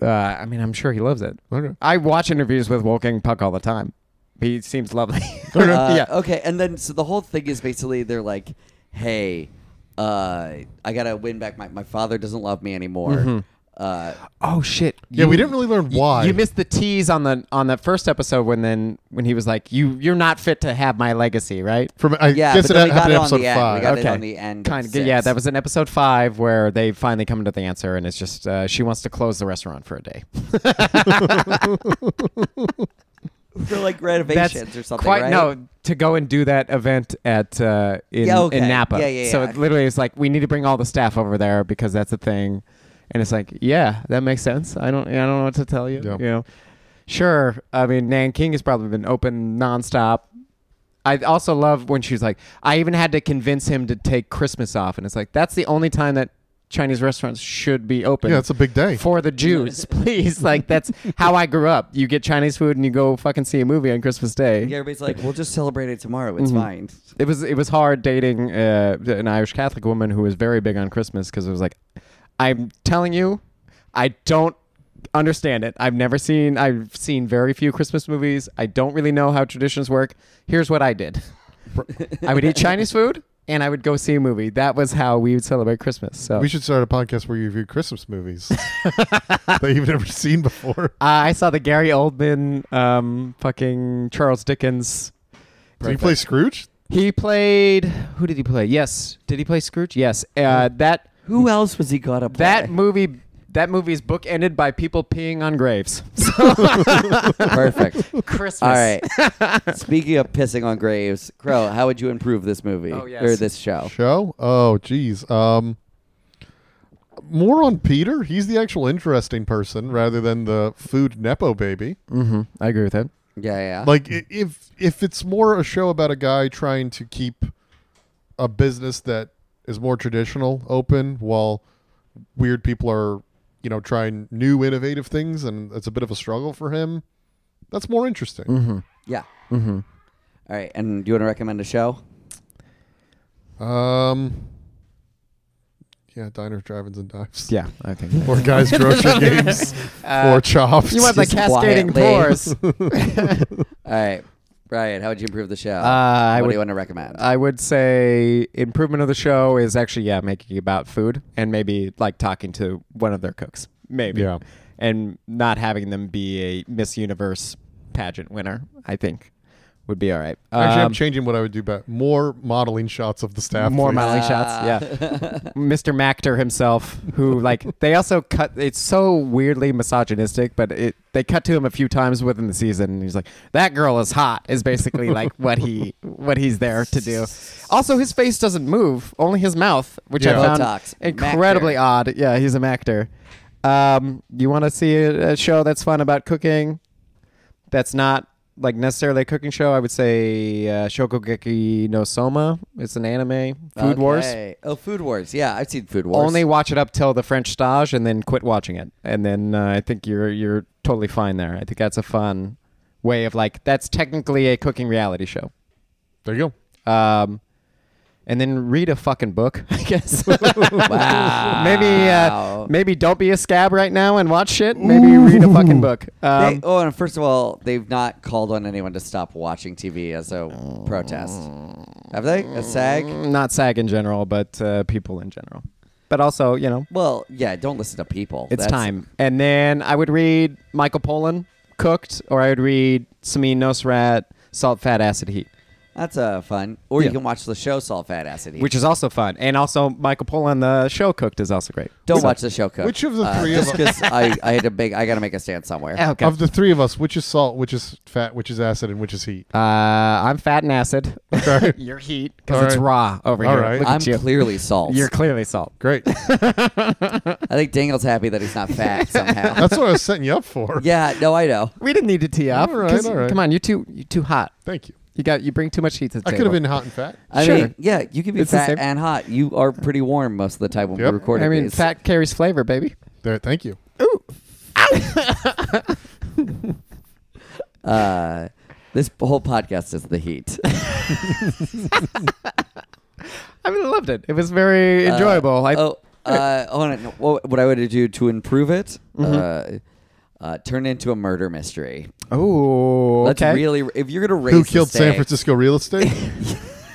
[SPEAKER 1] uh, I mean, I'm sure he loves it.
[SPEAKER 2] Okay.
[SPEAKER 1] I watch interviews with Wolfgang Puck all the time. He seems lovely.
[SPEAKER 5] Uh,
[SPEAKER 1] yeah.
[SPEAKER 5] Okay, and then so the whole thing is basically they're like, "Hey, uh, I gotta win back my my father doesn't love me anymore." Uh,
[SPEAKER 1] Oh shit.
[SPEAKER 2] Yeah, we didn't really learn
[SPEAKER 1] you-
[SPEAKER 2] why.
[SPEAKER 1] You missed the tease on the on the first episode when then when he was like, "You you're not fit to have my legacy," right?
[SPEAKER 2] From I
[SPEAKER 5] Yeah,
[SPEAKER 2] guess
[SPEAKER 5] but
[SPEAKER 2] it
[SPEAKER 5] then we
[SPEAKER 2] happened in
[SPEAKER 5] got it on
[SPEAKER 2] episode
[SPEAKER 5] the end. We
[SPEAKER 2] five.
[SPEAKER 5] got it on the end of
[SPEAKER 1] Kind of. Yeah,
[SPEAKER 5] six.
[SPEAKER 1] that was in episode five where they finally come to the answer, and it's just uh, she wants to close the restaurant for a day.
[SPEAKER 5] for like renovations or something,
[SPEAKER 1] Mm-hmm. quite
[SPEAKER 5] right?
[SPEAKER 1] no to go and do that event at uh, in,
[SPEAKER 5] Yeah, okay.
[SPEAKER 1] in Napa.
[SPEAKER 5] Yeah, yeah,
[SPEAKER 1] So
[SPEAKER 5] yeah.
[SPEAKER 1] it literally is like we need to bring all the staff over there because that's a thing, and it's like yeah, that makes sense. I don't I don't know what to tell you.
[SPEAKER 2] Yeah.
[SPEAKER 1] You know, sure. I mean, Nanking has probably been open nonstop. I also love when she's like, I even had to convince him to take Christmas off, and it's like that's the only time that Chinese restaurants should be open
[SPEAKER 2] Yeah, it's a big day.
[SPEAKER 1] for the Jews, please. Like that's how I grew up. You get Chinese food and you go fucking see a movie on Christmas Day.
[SPEAKER 5] Yeah, everybody's like, "We'll just celebrate it tomorrow. It's
[SPEAKER 1] Mm-hmm.
[SPEAKER 5] fine."
[SPEAKER 1] It was it was hard dating uh, an Irish Catholic woman who was very big on Christmas because it was like, I'm telling you, I don't understand it. I've never seen. I've seen very few Christmas movies. I don't really know how traditions work. Here's what I did: I would eat Chinese food and I would go see a movie. That was how we would celebrate Christmas. So
[SPEAKER 2] We should start a podcast where you review Christmas movies that you've never seen before.
[SPEAKER 1] I saw the Gary Oldman, um, fucking Charles Dickens.
[SPEAKER 2] Do you play Scrooge?
[SPEAKER 1] He played. Who did he play? Yes, did he play Scrooge? Yes. Uh, that
[SPEAKER 5] Who else was he gonna play?
[SPEAKER 1] that movie. That movie is bookended by people peeing on graves.
[SPEAKER 5] perfect.
[SPEAKER 1] Christmas.
[SPEAKER 5] All right. Speaking of pissing on graves, Crow, how would you improve this movie
[SPEAKER 1] Oh, yes.
[SPEAKER 5] or this show?
[SPEAKER 2] Show? Oh, geez. Um, more on Peter. He's the actual interesting person rather than the food nepo baby.
[SPEAKER 1] Mm-hmm. I agree with that.
[SPEAKER 5] Yeah, yeah.
[SPEAKER 2] Like
[SPEAKER 1] Mm.
[SPEAKER 2] i- if if it's more a show about a guy trying to keep a business that is more traditional open while weird people are, you know, trying new innovative things and it's a bit of a struggle for him. That's more interesting.
[SPEAKER 5] yeah. Mm-hmm. right, and do you want to recommend a show?
[SPEAKER 2] Um Yeah, diner drive-ins and dives.
[SPEAKER 1] Yeah, I think.
[SPEAKER 2] Or guys grocery games or chops.
[SPEAKER 1] you want the
[SPEAKER 5] Just
[SPEAKER 1] cascading
[SPEAKER 5] quietly.
[SPEAKER 1] doors. uh,
[SPEAKER 5] All right, Brian, how would you improve the show?
[SPEAKER 1] Uh, I
[SPEAKER 5] what do
[SPEAKER 1] would.
[SPEAKER 5] you want to recommend?
[SPEAKER 1] I would say improvement of the show is actually yeah making it about food and maybe like talking to one of their cooks maybe
[SPEAKER 2] Yeah.
[SPEAKER 1] and not having them be a Miss Universe pageant winner I think would be all right.
[SPEAKER 2] Actually,
[SPEAKER 1] Um,
[SPEAKER 2] I'm changing what I would do back. More modeling shots of the staff.
[SPEAKER 1] more
[SPEAKER 2] please.
[SPEAKER 1] modeling shots. Yeah, Mr. Mactor himself, who like they also cut. It's so weirdly misogynistic, but it they cut to him a few times within the season, and he's like, "That girl is hot." Is basically like what he what he's there to do. Also, his face doesn't move, only his mouth, which
[SPEAKER 2] Yeah.
[SPEAKER 1] I found
[SPEAKER 5] Botox.
[SPEAKER 1] incredibly
[SPEAKER 5] Mactor.
[SPEAKER 1] odd. Yeah, he's an actor. Um, you want to see a, a show that's fun about cooking? that's not like necessarily a cooking show. I would say uh, Shokugeki no Soma. It's an anime. Food Wars.
[SPEAKER 5] Okay. Oh, Food Wars. Yeah, I've seen Food Wars.
[SPEAKER 1] Only watch it up till the French stage and then quit watching it. And then uh, I think you're you're totally fine there. I think that's a fun way of like that's technically a cooking reality show.
[SPEAKER 2] There you go.
[SPEAKER 1] Um, and then read a fucking book, I guess. Maybe uh, maybe don't be a scab right now and watch shit. Maybe read a fucking book. Um,
[SPEAKER 3] they, oh, and first of all, they've not called on anyone to stop watching TV as a protest. Have they? A SAG?
[SPEAKER 1] Mm, not SAG in general, but uh, people in general. But also, you know,
[SPEAKER 3] Well, yeah, don't listen to people.
[SPEAKER 1] it's
[SPEAKER 3] That's-
[SPEAKER 1] time. And then I would read Michael Pollan, Cooked, or I would read Samin Nosrat, Salt, Fat, Acid, Heat,
[SPEAKER 3] That's uh, fun. Or
[SPEAKER 1] Yeah.
[SPEAKER 3] you can watch the show Salt Fat Acid Heat.
[SPEAKER 1] which is also fun. And also Michael Pollan, the show Cooked, is also great.
[SPEAKER 3] don't watch the show cook.
[SPEAKER 2] Which of the three of us?
[SPEAKER 3] Because I, I had to make, I got to make a stand somewhere.
[SPEAKER 1] Okay.
[SPEAKER 2] Of the three of us, which is salt, which is fat, which is acid, and which is heat?
[SPEAKER 1] Uh, I'm fat and acid.
[SPEAKER 2] Okay.
[SPEAKER 1] You're heat because
[SPEAKER 2] All
[SPEAKER 1] it's
[SPEAKER 2] right.
[SPEAKER 1] raw over
[SPEAKER 2] All
[SPEAKER 1] here.
[SPEAKER 2] right.
[SPEAKER 1] Look
[SPEAKER 3] I'm
[SPEAKER 1] at you.
[SPEAKER 3] clearly salt.
[SPEAKER 1] You're clearly salt.
[SPEAKER 2] Great.
[SPEAKER 3] I think Daniel's happy that he's not fat somehow.
[SPEAKER 2] That's what I was setting you up for.
[SPEAKER 3] yeah, no, I know.
[SPEAKER 1] We didn't need to tee up.
[SPEAKER 2] All right,
[SPEAKER 1] 'cause-
[SPEAKER 2] all right.
[SPEAKER 1] Come on, you're too you're too hot.
[SPEAKER 2] Thank you.
[SPEAKER 1] You got you bring too much heat to the
[SPEAKER 2] I could have been hot and fat.
[SPEAKER 3] I
[SPEAKER 1] Sure.
[SPEAKER 3] mean, yeah, you can be
[SPEAKER 1] It's the
[SPEAKER 3] fat
[SPEAKER 1] same.
[SPEAKER 3] and hot. You are pretty warm most of the time when
[SPEAKER 2] Yep.
[SPEAKER 3] we record.
[SPEAKER 1] I mean,
[SPEAKER 3] these.
[SPEAKER 1] fat carries flavor, baby.
[SPEAKER 2] There, thank you.
[SPEAKER 3] Uh, this whole podcast is the heat.
[SPEAKER 1] I mean, I loved it. It was very enjoyable. I,
[SPEAKER 3] oh, uh, hold on. What, what I would do to improve it?
[SPEAKER 1] Mm-hmm.
[SPEAKER 3] Uh, uh, turn it into a murder mystery.
[SPEAKER 1] Ooh,
[SPEAKER 3] Let's
[SPEAKER 1] okay.
[SPEAKER 3] really. If you're gonna raise
[SPEAKER 2] Who killed
[SPEAKER 3] the
[SPEAKER 2] San
[SPEAKER 3] stakes,
[SPEAKER 2] Francisco real estate?
[SPEAKER 3] If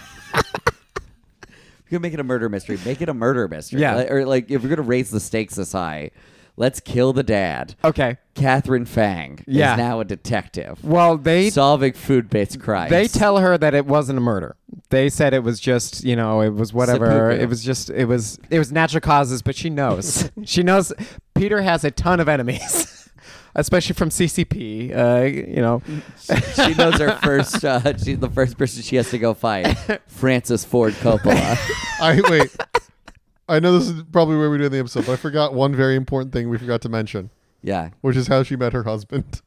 [SPEAKER 3] you're gonna make it a murder mystery, make it a murder mystery.
[SPEAKER 1] Yeah.
[SPEAKER 3] Like- or like if you're gonna raise the stakes this high, let's kill the dad.
[SPEAKER 1] okay.
[SPEAKER 3] Catherine Fang
[SPEAKER 1] Yeah.
[SPEAKER 3] is now a detective.
[SPEAKER 1] Well, they
[SPEAKER 3] solving food-based crimes.
[SPEAKER 1] they tell her that it wasn't a murder. They said it was just, you know, it was whatever.
[SPEAKER 3] Seppuku.
[SPEAKER 1] It was just, it was, it was natural causes. But she knows. she knows. Peter has a ton of enemies, especially from CCP. Uh, you know,
[SPEAKER 3] she knows her first. Uh, she's the first person she has to go fight. Francis Ford Coppola.
[SPEAKER 2] I wait. I know this is probably where we're doing the episode, but I forgot one very important thing we forgot to mention,
[SPEAKER 3] yeah.
[SPEAKER 2] which is how she met her husband.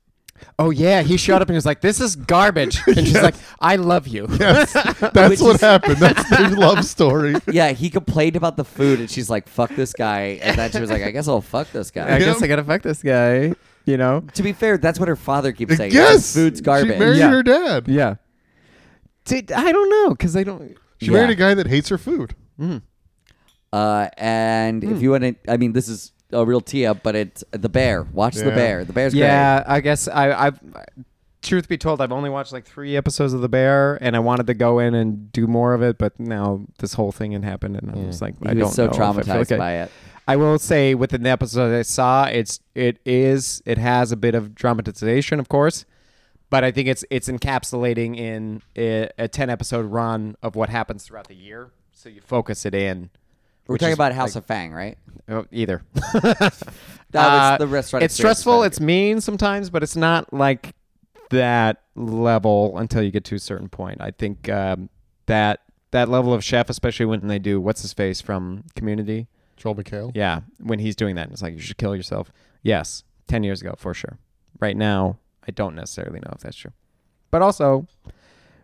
[SPEAKER 1] oh yeah, he showed up and he was like, "This is garbage," and she's like, "I love you."
[SPEAKER 2] Yes, that's
[SPEAKER 3] Which
[SPEAKER 2] what
[SPEAKER 3] is-
[SPEAKER 2] happened. That's their love story.
[SPEAKER 3] Yeah, he complained about the food, and she's like, "Fuck this guy," and then she was like, "I guess I'll fuck this guy."
[SPEAKER 1] I guess I gotta fuck this guy. You know.
[SPEAKER 3] To be fair, that's what her father keeps saying.
[SPEAKER 2] yes,
[SPEAKER 3] food's
[SPEAKER 2] She
[SPEAKER 3] garbage.
[SPEAKER 2] married
[SPEAKER 1] Yeah.
[SPEAKER 2] her dad.
[SPEAKER 1] Yeah. Did, I don't know because I don't.
[SPEAKER 2] She married
[SPEAKER 3] Yeah.
[SPEAKER 2] a guy that hates her food.
[SPEAKER 3] Uh, and
[SPEAKER 1] Hmm.
[SPEAKER 3] if you want to, I mean, this is a real tee up, but it's the bear. Watch the
[SPEAKER 2] Yeah.
[SPEAKER 3] bear. The bear's
[SPEAKER 1] Yeah, I guess I, I've. Truth be told, I've only watched like three episodes of The Bear, and I wanted to go in and do more of it, but now this whole thing had happened, and I was like,
[SPEAKER 3] great.
[SPEAKER 1] I
[SPEAKER 3] He
[SPEAKER 1] don't
[SPEAKER 3] was so
[SPEAKER 1] know if I feel
[SPEAKER 3] traumatized
[SPEAKER 1] okay.
[SPEAKER 3] by it.
[SPEAKER 1] I will say, within the episode I saw, it's it is it has a bit of dramatization, of course, but I think it's it's encapsulating in a, a ten episode run of what happens throughout the year, so you focus it in.
[SPEAKER 3] We're
[SPEAKER 1] which
[SPEAKER 3] talking
[SPEAKER 1] is,
[SPEAKER 3] about House of Fang, right?
[SPEAKER 1] Oh, either.
[SPEAKER 3] That
[SPEAKER 1] Uh,
[SPEAKER 3] was the restaurant.
[SPEAKER 1] It's
[SPEAKER 3] experience
[SPEAKER 1] stressful.
[SPEAKER 3] was
[SPEAKER 1] It's mean sometimes, but it's not like that level until you get to a certain point. I think um, that that level of chef, especially when they do what's his face from Community,
[SPEAKER 2] Joel McHale.
[SPEAKER 1] yeah, when he's doing that, it's like you should kill yourself. Yes, ten years ago for sure. Right now, I don't necessarily know if that's true, but also.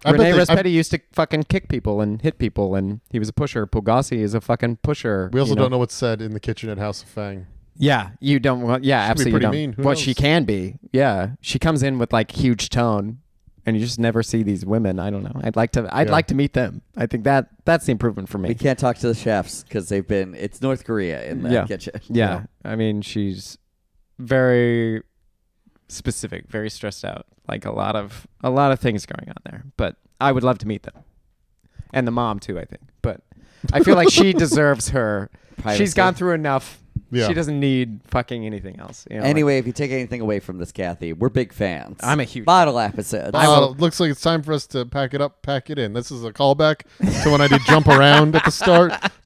[SPEAKER 2] I bet
[SPEAKER 1] Rene
[SPEAKER 2] they- I-
[SPEAKER 1] Rospetti used to fucking kick people and hit people, and he was a pusher. Pugasi is a fucking pusher.
[SPEAKER 2] We also
[SPEAKER 1] you know?
[SPEAKER 2] don't know what's said in the kitchen at House of Fang.
[SPEAKER 1] Yeah, you don't want. Yeah,
[SPEAKER 2] be
[SPEAKER 1] absolutely.
[SPEAKER 2] pretty
[SPEAKER 1] don't.
[SPEAKER 2] mean. Who
[SPEAKER 1] well,
[SPEAKER 2] knows?
[SPEAKER 1] she can be. Yeah, she comes in with like huge tone, and you just never see these women. I don't know. I'd like to. I'd
[SPEAKER 2] Yeah.
[SPEAKER 1] like to meet them. I think that that's the improvement for me.
[SPEAKER 3] We can't talk to the chefs because they've been. It's North Korea in the
[SPEAKER 1] Yeah.
[SPEAKER 3] kitchen.
[SPEAKER 1] yeah, I mean, she's very specific, very stressed out. Like a lot of a lot of things going on there. But I would love to meet them, and the mom too. I think, but I feel like she deserves her.
[SPEAKER 3] Privacy.
[SPEAKER 1] She's gone through enough.
[SPEAKER 2] Yeah.
[SPEAKER 1] She doesn't need fucking anything else. You know, like-
[SPEAKER 3] Anyway, if you take anything away from this, Kathy, we're big fans.
[SPEAKER 1] I'm a huge-
[SPEAKER 3] bottle episode.
[SPEAKER 2] Uh, looks like it's time for us to pack it up, pack it in. This is a callback to when I did jump around at the start.